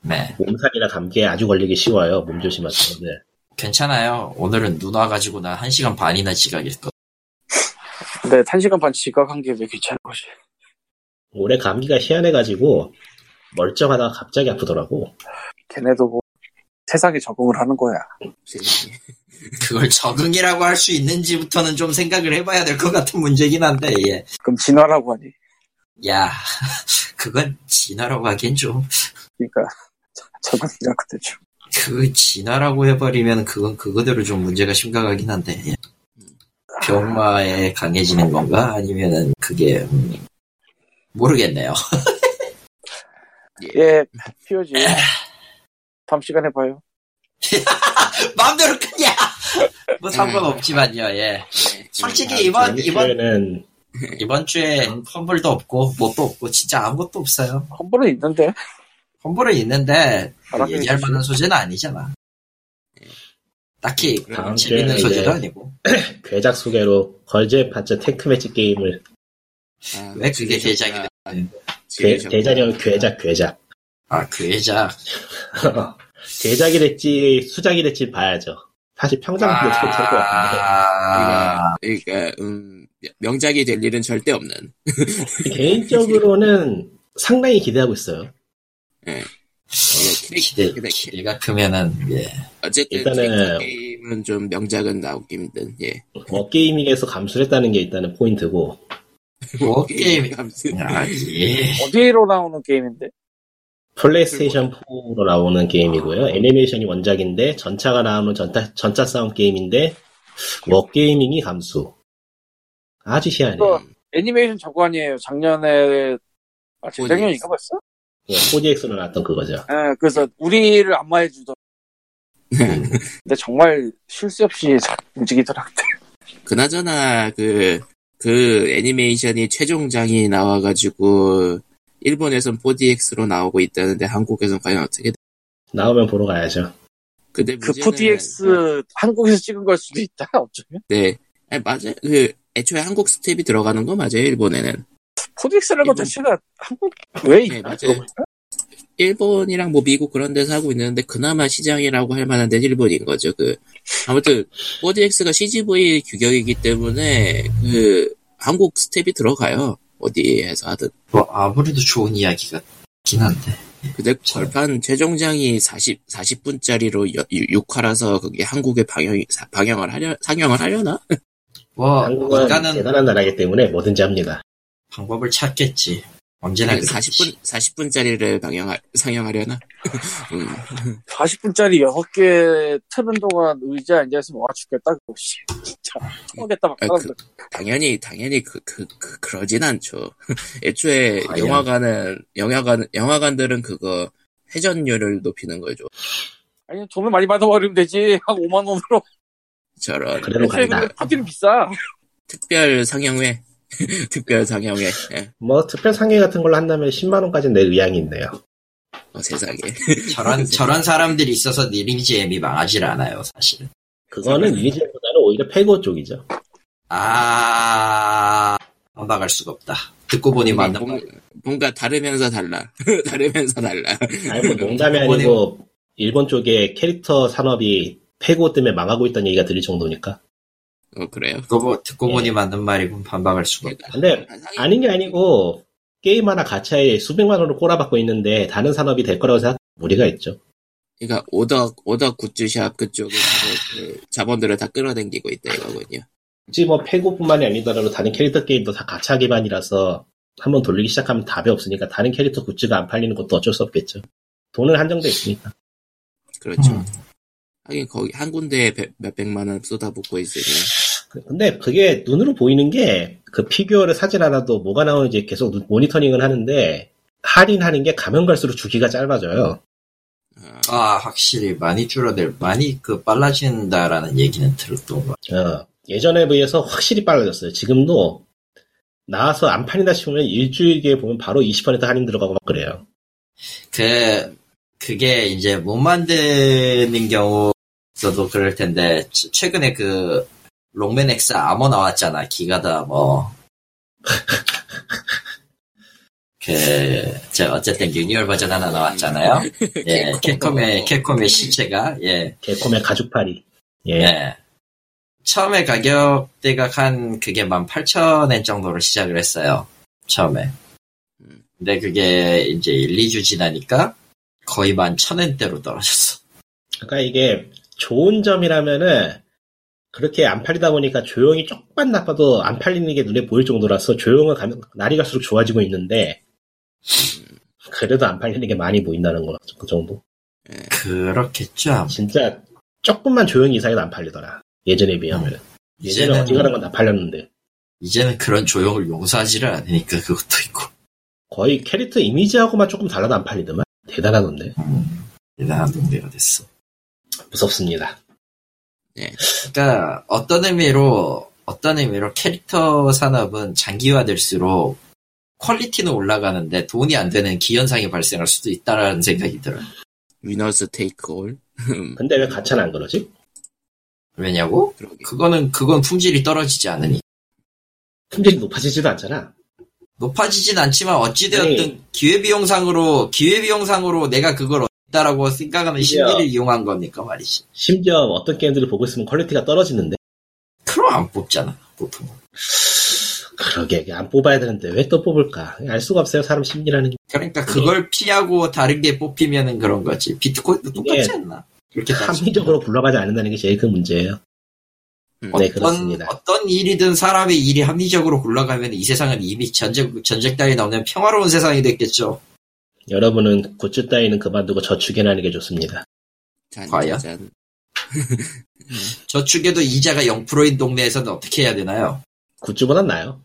[SPEAKER 1] 네.
[SPEAKER 3] 몸살이나 감기에 아주 걸리기 쉬워요. 몸 조심하세요. 네.
[SPEAKER 1] 괜찮아요. 오늘은 눈 와가지고 나 한시간 반이나 지각했거든.
[SPEAKER 2] 근데 1 시간 반 지각한 게 왜 귀찮은 거지?
[SPEAKER 3] 올해 감기가 희한해가지고, 멀쩡하다가 갑자기 아프더라고.
[SPEAKER 2] 걔네도 뭐 세상에 적응을 하는 거야.
[SPEAKER 4] 세상에.
[SPEAKER 1] 그걸 적응이라고 할 수 있는지부터는 좀 생각을 해봐야 될 것 같은 문제긴 한데, 예.
[SPEAKER 2] 그럼 진화라고 하니?
[SPEAKER 1] 야, 그건 진화라고 하기엔 좀,
[SPEAKER 2] 그러니까 자- 적응이라고 되죠.
[SPEAKER 1] 그 진화라고 해버리면 그건 그거대로 좀 문제가 심각하긴 한데, 예. 병마에 강해지는 건가? 아니면은 그게, 음, 모르겠네요.
[SPEAKER 2] 예, 피오지. 다음 시간에 봐요.
[SPEAKER 1] 마음대로 그냥! 뭐 상관없지만요, 예.
[SPEAKER 4] 네. 아,
[SPEAKER 1] 솔직히 아, 이번, 이번, 음,
[SPEAKER 3] 이번에는
[SPEAKER 1] 이번 주에 펌블도 없고, 뭣도 없고, 진짜 아무것도 없어요.
[SPEAKER 2] 험불은 있는데.
[SPEAKER 1] 펌블은 있는데,
[SPEAKER 2] 알아,
[SPEAKER 1] 얘기할
[SPEAKER 2] 그래.
[SPEAKER 1] 만한 소재는 아니잖아. 딱히
[SPEAKER 3] 다음
[SPEAKER 1] 재밌는
[SPEAKER 3] 주에는
[SPEAKER 1] 소재도
[SPEAKER 3] 이제-
[SPEAKER 1] 아니고.
[SPEAKER 3] 괴작 소개로 걸즈의 파츠 탱크 매치 게임을
[SPEAKER 4] 아,
[SPEAKER 1] 왜 네, 그게 제작이 네.
[SPEAKER 4] 지리셨구나.
[SPEAKER 3] 괴,
[SPEAKER 4] 지리셨구나.
[SPEAKER 3] 대자령
[SPEAKER 1] 그
[SPEAKER 3] 괴작 괴작
[SPEAKER 1] 아, 그 여자.
[SPEAKER 3] 괴작이 될지 수작이 될지 봐야죠. 사실 평상시에 어떻게 될것 같은데
[SPEAKER 1] 아,
[SPEAKER 4] 그러니까 음, 명작이 될 일은 절대 없는
[SPEAKER 1] 아,
[SPEAKER 3] 개인적으로는 상당히 기대하고 있어요.
[SPEAKER 4] 예,
[SPEAKER 1] 기대,
[SPEAKER 4] 근데
[SPEAKER 1] 기대가 크면은, 예.
[SPEAKER 4] 어쨌든
[SPEAKER 3] 일단은-
[SPEAKER 4] 캐릭터 게임은 좀 명작은 나오기 힘든 예
[SPEAKER 3] 뭐 워게이밍에서 감수했다는 게 일단은 포인트고
[SPEAKER 1] 뭐, 게임.
[SPEAKER 4] 감수
[SPEAKER 1] 아, 예.
[SPEAKER 2] 어디로 나오는 게임인데?
[SPEAKER 3] 플레이스테이션 4로 나오는 게임이고요. 애니메이션이 원작인데 전차가 나오는 전차, 전차 싸움 게임인데 뭐 워게이밍이 감수. 아주 희한해요.
[SPEAKER 4] 음.
[SPEAKER 2] 애니메이션 저거 아니에요. 작년에,
[SPEAKER 4] 뭐
[SPEAKER 2] 아, 재작년인가 벌써?
[SPEAKER 3] 예, 4DX로 나왔던 그거죠.
[SPEAKER 2] 예, 그래서 우리를 안마해주던. 근데 정말 쉴 새 없이 움직이더라고요.
[SPEAKER 4] 그나저나 그, 그 애니메이션이 최종장이 나와가지고 일본에선 4DX로 나오고 있다는데 한국에선 과연 어떻게 돼? 나오면
[SPEAKER 3] 보러 가야죠.
[SPEAKER 4] 근데
[SPEAKER 2] 그
[SPEAKER 4] 문제는-
[SPEAKER 2] 4DX 한국에서 찍은 걸 수도 있다, 어쩌면.
[SPEAKER 4] 네 아니, 맞아요 그 애초에 한국 스텝이 들어가는 거 맞아요 일본에는
[SPEAKER 2] 4DX라고
[SPEAKER 4] 이건-
[SPEAKER 2] 자체가 한국, 왜
[SPEAKER 4] 네,
[SPEAKER 2] 있나?
[SPEAKER 4] 맞아요.
[SPEAKER 2] 들어보니까?
[SPEAKER 4] 일본이랑 뭐 미국 그런 데서 하고 있는데 그나마 시장이라고 할 만한 데는 일본인 거죠 그 아무튼 4DX가 CGV 규격이기 때문에 그 한국 스텝이 들어가요 어디에서 하든
[SPEAKER 1] 뭐, 아무래도 좋은 이야기 같긴 한데.
[SPEAKER 4] 근데
[SPEAKER 1] 참.
[SPEAKER 4] 걸판 최종장이 40, 40분짜리로 6화라서 그게 한국에 방영이, 사- 방영을 하려, 상영을 하려나?
[SPEAKER 1] 뭐,
[SPEAKER 3] 한국은
[SPEAKER 1] 인간은
[SPEAKER 3] 대단한 나라이기 때문에 뭐든지 합니다.
[SPEAKER 1] 방법을 찾겠지. 언제나 그렇지.
[SPEAKER 4] 40분, 40분짜리를 방영하, 상영하려나? 음,
[SPEAKER 2] 40분짜리 6개 트는 동안 의자에 앉아있으면 와 죽겠다, 그거, 씨. 진짜. 통하겠다, 막.
[SPEAKER 4] 아,
[SPEAKER 2] 사람들.
[SPEAKER 4] 그, 당연히, 당연히 그, 그, 그, 그러진 않죠. 애초에
[SPEAKER 1] 과연.
[SPEAKER 4] 영화관은, 영화관, 영화관들은 그거 회전율을 높이는 거죠.
[SPEAKER 2] 아니 돈을 많이 받아버리면 되지 한 5만 원으로
[SPEAKER 4] 저런.
[SPEAKER 3] 그래도
[SPEAKER 2] 애초에
[SPEAKER 3] 간다.
[SPEAKER 2] 근데 파티는 비싸
[SPEAKER 4] 특별 상영회. 특별 상영회. 예.
[SPEAKER 3] 뭐 특별 상해 같은 걸로 한다면 10만 원까지 낼 의향이 있네요.
[SPEAKER 4] 어, 세상에.
[SPEAKER 1] 저런, 저런 사람들이 있어서 니링지엠이 망하질 않아요, 사실은.
[SPEAKER 3] 그거는 유니젠보다는 오히려 페고 쪽이죠.
[SPEAKER 1] 아, 안 박을 수가 없다. 듣고 보니 맞는
[SPEAKER 4] 뭔-
[SPEAKER 1] 말.
[SPEAKER 4] 뭔가 다르면서 달라. 다르면서 달라.
[SPEAKER 3] 아니, 뭐 농담이 아니고 일본 쪽에 캐릭터 산업이 폐고 때문에 망하고 있다는 얘기가 들릴 정도니까.
[SPEAKER 4] 어, 그래요.
[SPEAKER 1] 듣고, 보- 듣고
[SPEAKER 3] 예.
[SPEAKER 1] 보니 맞는 말이군 반박할 수가 없다.
[SPEAKER 3] 뭐, 근데 아닌 게 아니고 게임 하나 가차에 수백만 원을 꼬라박고 있는데 다른 산업이 될 거라고 생각 무리가 있죠.
[SPEAKER 4] 그러니까 오덕 오덕 굿즈샵 그쪽에 가서 그 자본들을 다 끌어당기고 있다 이거군요.
[SPEAKER 3] 굳이 뭐 폐고뿐만이 아니더라도 다른 캐릭터 게임도 다 가차 기반이라서 한번 돌리기 시작하면 답이 없으니까 다른 캐릭터 굿즈가 안 팔리는 것도 어쩔 수 없겠죠. 돈은 한정돼 있으니까.
[SPEAKER 4] 그렇죠.
[SPEAKER 1] 음.
[SPEAKER 4] 하긴 거기 한 군데에 백- 몇백만 원 쏟아붓고 있으니
[SPEAKER 3] 그- 근데 그게 눈으로 보이는 게 그 피규어를 사진 하나도 뭐가 나오는지 계속 눈- 모니터링을 하는데 할인하는 게 가면 갈수록 주기가 짧아져요.
[SPEAKER 4] 아,
[SPEAKER 1] 아 확실히 많이 줄어들 많이 그 빨라진다라는 얘기는 들었던 것 같아.
[SPEAKER 3] 어, 예전에 비해서 확실히 빨라졌어요. 지금도 나와서 안 팔린다 싶으면 일주일 뒤에 보면 바로 20% 할인 들어가고 막 그래요.
[SPEAKER 1] 그 그게 이제 못 만드는 경우도 그럴 텐데 최- 최근에 그 롱맨 X 아머 나왔잖아 기가다 뭐. 그, 저, 어쨌든, 유니얼 버전 하나 나왔잖아요. 예, 캡콤의, 캡콤의 시체가, 예,
[SPEAKER 3] 개콤의 가죽팔이. 예.
[SPEAKER 1] 예. 처음에 가격대가 한 그게 18,000엔 정도로 시작을 했어요. 처음에.
[SPEAKER 4] 음.
[SPEAKER 1] 근데 그게 이제 1, 2주 지나니까 거의 11,000엔대로 떨어졌어.
[SPEAKER 3] 그러니까 이게 좋은 점이라면은 그렇게 안 팔리다 보니까 조용히 조금만 나빠도 안 팔리는 게 눈에 보일 정도라서 조용은 가면 날이 갈수록 좋아지고 있는데 그래도 안 팔리는 게 많이 보인다는 거라 그 정도.
[SPEAKER 4] 예.
[SPEAKER 1] 그렇겠죠. 아마.
[SPEAKER 3] 진짜 조금만 조용히 이상해도 안 팔리더라. 예전에 비하면. 예전에
[SPEAKER 1] 음, 이제는, 뭐
[SPEAKER 3] 어지간한 건 다 팔렸는데.
[SPEAKER 1] 이제는 그런 조용을 용서하지를 않으니까 그것도 있고.
[SPEAKER 3] 거의 캐릭터 이미지하고만 조금 달라도 안 팔리더만 대단하던데
[SPEAKER 1] 음, 대단한 동네가 됐어.
[SPEAKER 3] 무섭습니다
[SPEAKER 1] 그러니까 어떤 의미로 어떤 의미로 캐릭터 산업은 장기화될수록 퀄리티는 올라가는데 돈이 안 되는 기현상이 발생할 수도 있다라는 생각이 들어요.
[SPEAKER 4] 위너스 테이크 올.
[SPEAKER 3] 근데 왜 가차는 안 그러지?
[SPEAKER 1] 왜냐고?
[SPEAKER 4] 그러게.
[SPEAKER 1] 그거는 그건 품질이 떨어지지 않으니
[SPEAKER 3] 품질이 높아지지도 않잖아
[SPEAKER 1] 높아지진 않지만 어찌되었든
[SPEAKER 3] 아니.
[SPEAKER 1] 기회비용상으로 기회비용상으로 내가 그걸 얻다라고 생각하는
[SPEAKER 3] 심지어.
[SPEAKER 1] 심리를 이용한 거니까 말이지.
[SPEAKER 3] 심지어 어떤 게임들을 보고 있으면 퀄리티가 떨어지는데
[SPEAKER 1] 그럼 안 뽑잖아 보통.
[SPEAKER 3] 그러게 안 뽑아야 되는데 왜 또 뽑을까 알 수가 없어요 사람 심리라는 게
[SPEAKER 1] 그러니까 그걸 피하고 다른 게 뽑히면은 그런 거지. 비트코인도 똑같지
[SPEAKER 3] 이게
[SPEAKER 1] 않나? 그렇게
[SPEAKER 3] 합리적으로 굴러가지 않는다는 게 제일 큰 문제예요
[SPEAKER 4] 음.
[SPEAKER 3] 네
[SPEAKER 1] 어떤,
[SPEAKER 3] 그렇습니다
[SPEAKER 1] 어떤 일이든 사람의 일이 합리적으로 굴러가면 이 세상은 이미 전쟁, 전쟁 따위는 없는 평화로운 세상이 됐겠죠.
[SPEAKER 3] 여러분은 굿즈 따위는 그만두고 저축해나는 게 좋습니다
[SPEAKER 4] 짠,
[SPEAKER 1] 과연?
[SPEAKER 4] 짠.
[SPEAKER 1] 저축에도 이자가 0%인 동네에서는 어떻게 해야 되나요?
[SPEAKER 3] 굿즈보단 나아요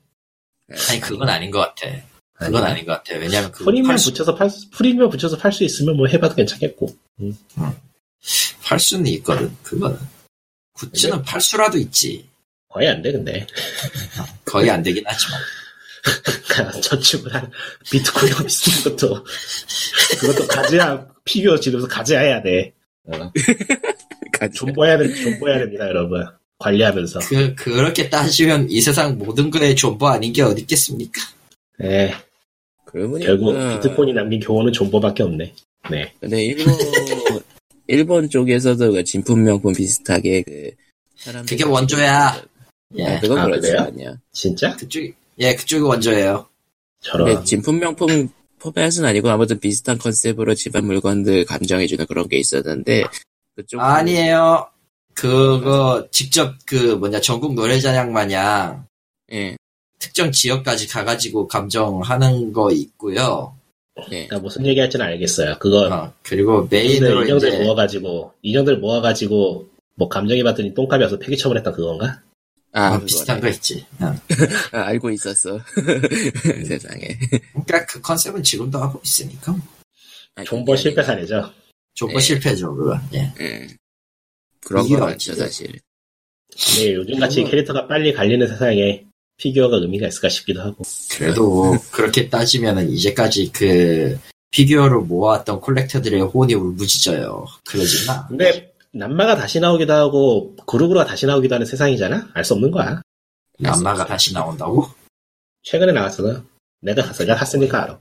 [SPEAKER 1] 아니, 그건 아닌 것 같아. 그건 아닌 것 같아. 왜냐면 그
[SPEAKER 3] 프리미엄
[SPEAKER 1] 팔, 수,
[SPEAKER 3] 붙여서 팔 수- 프리미엄 붙여서 팔 수 있으면 뭐 해봐도 괜찮겠고
[SPEAKER 1] 팔 수는 있거든. 그거는. 굿즈는 팔 수라도 있지.
[SPEAKER 3] 거의 안 돼 근데
[SPEAKER 1] 거의 안 되긴 하지만.
[SPEAKER 3] 저축을 한 비트코인 비슷한 것도 그것도 가져야 피규어 지르면서 가져야 해야 돼. 어,
[SPEAKER 4] 가자.
[SPEAKER 3] 존버해야 됩 존버해야 됩니다, 여러분. 관리하면서.
[SPEAKER 1] 그, 그렇게 따지면 이 세상 모든 거에 존버 아닌 게 어디 있겠습니까?
[SPEAKER 3] 예,
[SPEAKER 1] 네,
[SPEAKER 4] 그러고 보니까
[SPEAKER 3] 결국
[SPEAKER 1] 음.
[SPEAKER 3] 비트코인이 남긴 교훈은 존버밖에 없네. 네.
[SPEAKER 4] 근데 일본 일본 쪽에서도 그 진품 명품 비슷하게 그 사람들
[SPEAKER 1] 그게 원조야.
[SPEAKER 4] 아,
[SPEAKER 1] 예.
[SPEAKER 4] 그건
[SPEAKER 3] 아,
[SPEAKER 4] 그렇지
[SPEAKER 3] 그래요?
[SPEAKER 4] 않냐.
[SPEAKER 3] 진짜?
[SPEAKER 1] 그쪽이, 예, 그쪽이 원조예요.
[SPEAKER 3] 저런.
[SPEAKER 4] 근데 진품 명품 포맷은 아니고 아무튼 비슷한 컨셉으로 집안 물건들 감정해주는 그런 게 있었는데 그쪽
[SPEAKER 1] 아니에요. 그거 직접 그 뭐냐 전국 노래자랑 마냥
[SPEAKER 4] 예,
[SPEAKER 1] 특정 지역까지 가가지고 감정하는 거 있고요.
[SPEAKER 4] 예.
[SPEAKER 3] 그러니까 무슨 얘기할지는 알겠어요. 그거
[SPEAKER 1] 어, 그리고 메인으로
[SPEAKER 3] 인형들, 인형들
[SPEAKER 1] 이제
[SPEAKER 3] 모아가지고 인형들 모아가지고 뭐 감정이 봤더니 똥값이 와서 폐기 처분했던 그건가?
[SPEAKER 4] 아,
[SPEAKER 1] 어,
[SPEAKER 4] 그거네.
[SPEAKER 1] 비슷한 거 있지. 어.
[SPEAKER 4] 아, 알고 있었어 세상에
[SPEAKER 1] 그러니까 그 컨셉은 지금도 하고 있으니까
[SPEAKER 4] 아,
[SPEAKER 3] 존버
[SPEAKER 4] 그게
[SPEAKER 3] 실패 사례죠.
[SPEAKER 1] 조거
[SPEAKER 4] 예.
[SPEAKER 1] 실패죠 그거. 예.
[SPEAKER 4] 아니라, 예. 그런
[SPEAKER 1] 이게
[SPEAKER 4] 건
[SPEAKER 1] 맞지.
[SPEAKER 4] 아니죠 사실
[SPEAKER 3] 네, 요즘같이
[SPEAKER 1] 그거-
[SPEAKER 3] 캐릭터가 빨리 갈리는 세상에 피규어가 의미가 있을까 싶기도 하고.
[SPEAKER 1] 그래도 그렇게 따지면은 이제까지 그 피규어를 모아왔던 콜렉터들의 혼이 울부짖어요. 그러지나.
[SPEAKER 3] 근데 남마가 다시 나오기도 하고 그루그루가 다시 나오기도 하는 세상이잖아. 알 수 없는 거야.
[SPEAKER 4] 네,
[SPEAKER 1] 남마가 다시 나온다고?
[SPEAKER 3] 최근에 나왔어. 내가 갔어. 내가 샀으니까 알아.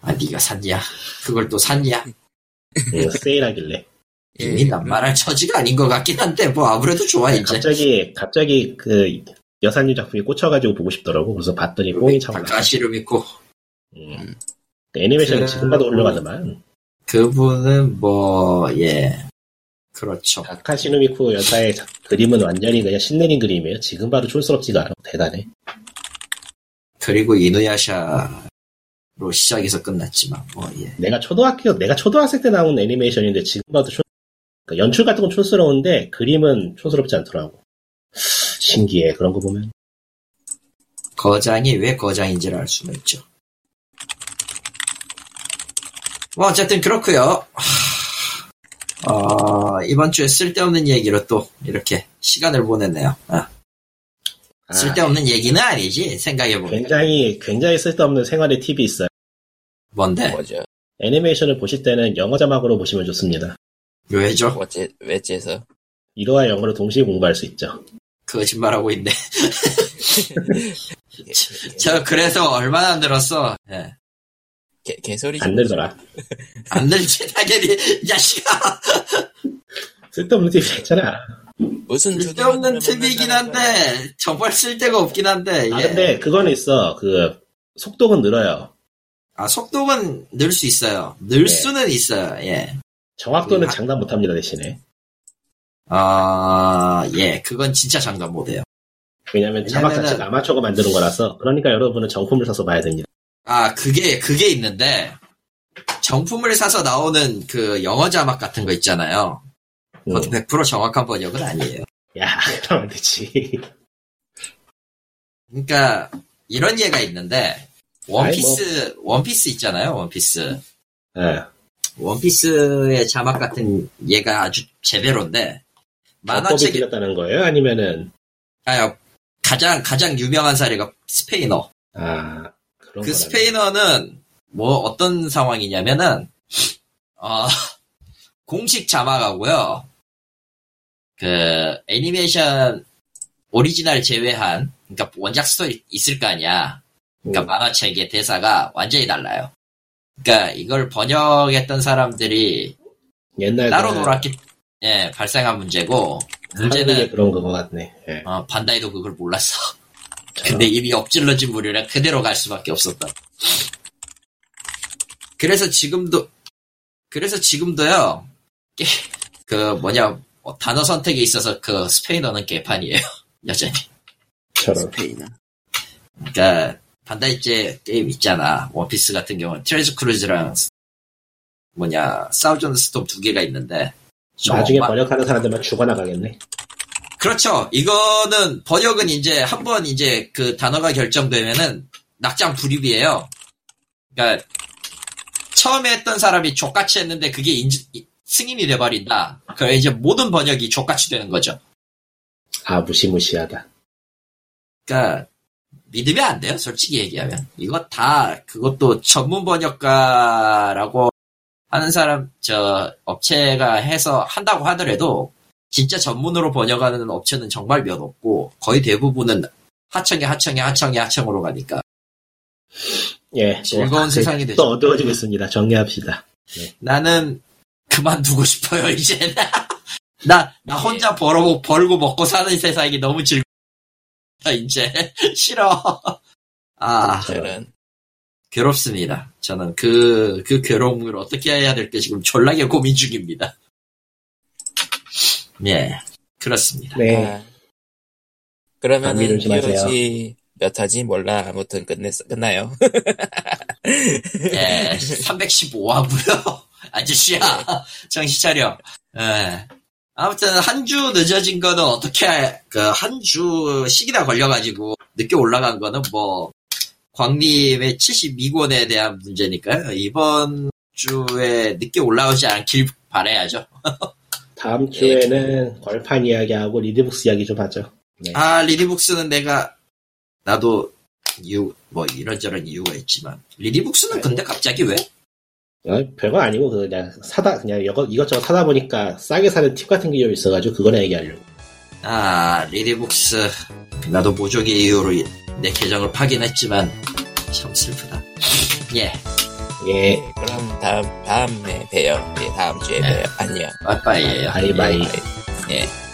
[SPEAKER 1] 아 네가 샀냐? 그걸 또 샀냐?
[SPEAKER 3] 응, 세일하길래.
[SPEAKER 4] 예.
[SPEAKER 1] 이미 난 말할 처지가 아닌 것 같긴 한데 뭐 아무래도 좋아 이제.
[SPEAKER 3] 갑자기, 갑자기 그 여사님 작품이 꽂혀가지고 보고 싶더라고. 그래서 봤더니 뽕이 차고 나.
[SPEAKER 1] 가시름 있고 음.
[SPEAKER 3] 응. 음. 애니메이션이
[SPEAKER 1] 그-
[SPEAKER 3] 지금 봐도 올라가더만.
[SPEAKER 1] 그분은 뭐예 그렇죠.
[SPEAKER 3] 아카시노미쿠 여사의 작- 그림은 완전히 그냥 신내린 그림이에요. 지금 봐도 촌스럽지가 않아. 대단해.
[SPEAKER 1] 그리고 이누야샤로 시작해서 끝났지만 뭐 예.
[SPEAKER 3] 내가 초등학교, 내가 초등학생 때 나온 애니메이션인데 지금 봐도 촌, 그러니까 연출 같은 건 촌스러운데 그림은 촌스럽지 않더라고. 신기해. 그런 거 보면.
[SPEAKER 1] 거장이 왜 거장인지를 알 수는 있죠. 뭐 어쨌든 그렇고요. 하, 어, 이번 주에 쓸데없는 얘기로 또 이렇게 시간을 보냈네요. 아,
[SPEAKER 3] 아,
[SPEAKER 1] 쓸데없는 얘기는 아니지 생각해보면
[SPEAKER 3] 굉장히, 굉장히 쓸데없는 생활의 팁이 있어요.
[SPEAKER 1] 뭔데
[SPEAKER 4] 예. 뭐죠?
[SPEAKER 3] 애니메이션을 보실 때는 영어 자막으로 보시면 좋습니다.
[SPEAKER 1] 왜죠?
[SPEAKER 3] 뭐.
[SPEAKER 4] 어째, 외제에서.
[SPEAKER 3] 1화와 영어를 동시에 공부할 수 있죠.
[SPEAKER 1] 거짓말하고 있네.
[SPEAKER 4] 예,
[SPEAKER 1] 저 그래서 얼마나 늘었어? 예.
[SPEAKER 4] 개, 개소리
[SPEAKER 3] 안 늘더라.
[SPEAKER 1] 안 늘지 당연히 이 자식아.
[SPEAKER 3] 쓸데없는 팁이 있잖아.
[SPEAKER 4] 무슨
[SPEAKER 1] 쓸데없는 팁이긴 한데 정말 쓸데가 없긴 한데.
[SPEAKER 3] 아,
[SPEAKER 1] 예.
[SPEAKER 3] 근데 그건 있어. 그, 속도는 늘어요.
[SPEAKER 1] 아, 속도는 늘 수 있어요. 늘
[SPEAKER 3] 예.
[SPEAKER 1] 수는 있어요. 예.
[SPEAKER 3] 정확도는
[SPEAKER 1] 음,
[SPEAKER 3] 장담 못 합니다, 대신에.
[SPEAKER 1] 아, 예. 그건 진짜 장담 못해요.
[SPEAKER 3] 왜냐면 자막
[SPEAKER 1] 왜냐면은-
[SPEAKER 3] 자체가 아마추어가 만드는 거라서. 그러니까 여러분은 정품을 사서 봐야 됩니다.
[SPEAKER 1] 아, 그게, 그게 있는데, 정품을 사서 나오는 그 영어 자막 같은 거 있잖아요.
[SPEAKER 3] 음.
[SPEAKER 1] 그것도 100% 정확한 번역은 아니에요.
[SPEAKER 3] 야, 그러면 안 되지.
[SPEAKER 1] 그러니까, 이런 예가 있는데, 원피스,
[SPEAKER 3] 뭐.
[SPEAKER 1] 원피스 있잖아요, 원피스.
[SPEAKER 3] 예.
[SPEAKER 1] 원피스의 자막 같은 얘가 아주 제대로인데,
[SPEAKER 3] 만법이
[SPEAKER 1] 만화책에,
[SPEAKER 3] 틀렸다는 거예요? 아니면은,
[SPEAKER 1] 아, 가장, 가장 유명한 사례가 스페인어.
[SPEAKER 3] 아, 그런
[SPEAKER 1] 그
[SPEAKER 3] 거라면.
[SPEAKER 1] 스페인어는 뭐 어떤 상황이냐면은 어, 공식 자막하고요. 그 애니메이션 오리지널 제외한 그러니까 원작 스토리 있을 거 아니야. 그러니까
[SPEAKER 3] 음.
[SPEAKER 1] 만화책의 대사가 완전히 달라요. 그러니까 이걸 번역했던 사람들이
[SPEAKER 3] 옛날에.
[SPEAKER 1] 따로 놀았기 예, 발생한 문제고
[SPEAKER 3] 네. 한국에
[SPEAKER 1] 문제는
[SPEAKER 3] 그런 거 같네. 예.
[SPEAKER 1] 어, 반다이도 그걸 몰랐어. 근데 이미 엎질러진 물이라 그대로 갈 수밖에 없었다. 그래서 지금도, 그래서 지금도요, 게- 그 뭐냐, 어, 단어 선택에 있어서 그 스페인어는 개판이에요. 여전히.
[SPEAKER 3] 저런.
[SPEAKER 4] 스페인어.
[SPEAKER 1] 그니까, 그러니까 반다이제 게임 있잖아. 원피스 같은 경우는 트레즈 크루즈랑 스- 뭐냐, 사우전 스톰 두 개가 있는데. 좀
[SPEAKER 3] 나중에
[SPEAKER 1] 엄마-
[SPEAKER 3] 번역하는 사람들만 죽어나가겠네.
[SPEAKER 1] 그렇죠. 이거는 번역은 이제 한 번 이제 그 단어가 결정되면은 낙장 불입이에요. 그러니까 처음에 했던 사람이 족같이 했는데 그게 인지- 이- 승인이 돼버린다. 그래 이제 모든 번역이 족같이 되는 거죠.
[SPEAKER 3] 아, 무시무시하다.
[SPEAKER 1] 그러니까 믿으면 안 돼요. 솔직히 얘기하면 이거 다 그것도 전문 번역가라고 하는 사람 저 업체가 해서 한다고 하더라도 진짜 전문으로 번역하는 업체는 정말 몇 없고 거의 대부분은 하청에 하청에 하청에 하청으로 가니까
[SPEAKER 3] 예. 또
[SPEAKER 1] 즐거운
[SPEAKER 3] 그-
[SPEAKER 1] 세상이
[SPEAKER 3] 또
[SPEAKER 1] 되죠.
[SPEAKER 3] 어두워지고 있습니다. 정리합시다.
[SPEAKER 1] 나는 그만두고 싶어요 이제 나 나 혼자 벌어 벌고 먹고 사는 세상이 너무 즐거. 이제 싫어. 아.
[SPEAKER 4] 저는
[SPEAKER 1] 괴롭습니다. 저는 그, 그 괴로움을 어떻게 해야 될지 지금 졸라게 고민 중입니다. 예, 그렇습니다.
[SPEAKER 3] 네.
[SPEAKER 4] 아, 그러면은
[SPEAKER 3] 감기 조심하세요.
[SPEAKER 4] POG 몇 하지 몰라 아무튼 끝냈 끝나요.
[SPEAKER 1] 예, 315화고요 아저씨야, 정신 차려. 예. 아무튼, 한 주 늦어진 거는 어떻게, 그, 한 주 시기나 걸려가지고, 늦게 올라간 거는 뭐, 광림의 72권에 대한 문제니까요. 이번 주에 늦게 올라오지 않길 바라야죠.
[SPEAKER 3] 다음 주에는
[SPEAKER 1] 예.
[SPEAKER 3] 걸판 이야기하고 리드북스 이야기 좀 하죠.
[SPEAKER 1] 아, 리디북스는 내가, 나도, 이유, 뭐, 이런저런 이유가 있지만. 리디북스는 근데 갑자기 왜?
[SPEAKER 3] 어, 별거 아니고 그냥 사다 그냥 이것 이것저것 사다 보니까 싸게 사는 팁 같은 게 좀 있어가지고 그거나 얘기하려고.
[SPEAKER 1] 아, 리디북스. 나도 모종의 이유로 이- 내 계정을 파긴 했지만, 참 슬프다. 예.
[SPEAKER 3] 예,
[SPEAKER 4] 네, 그럼 다음 다음에 봬요. 네, 다음 주에
[SPEAKER 1] 네.
[SPEAKER 4] 봬요. 안녕.
[SPEAKER 1] 빠빠이에요.
[SPEAKER 3] 바이바이.
[SPEAKER 4] 예.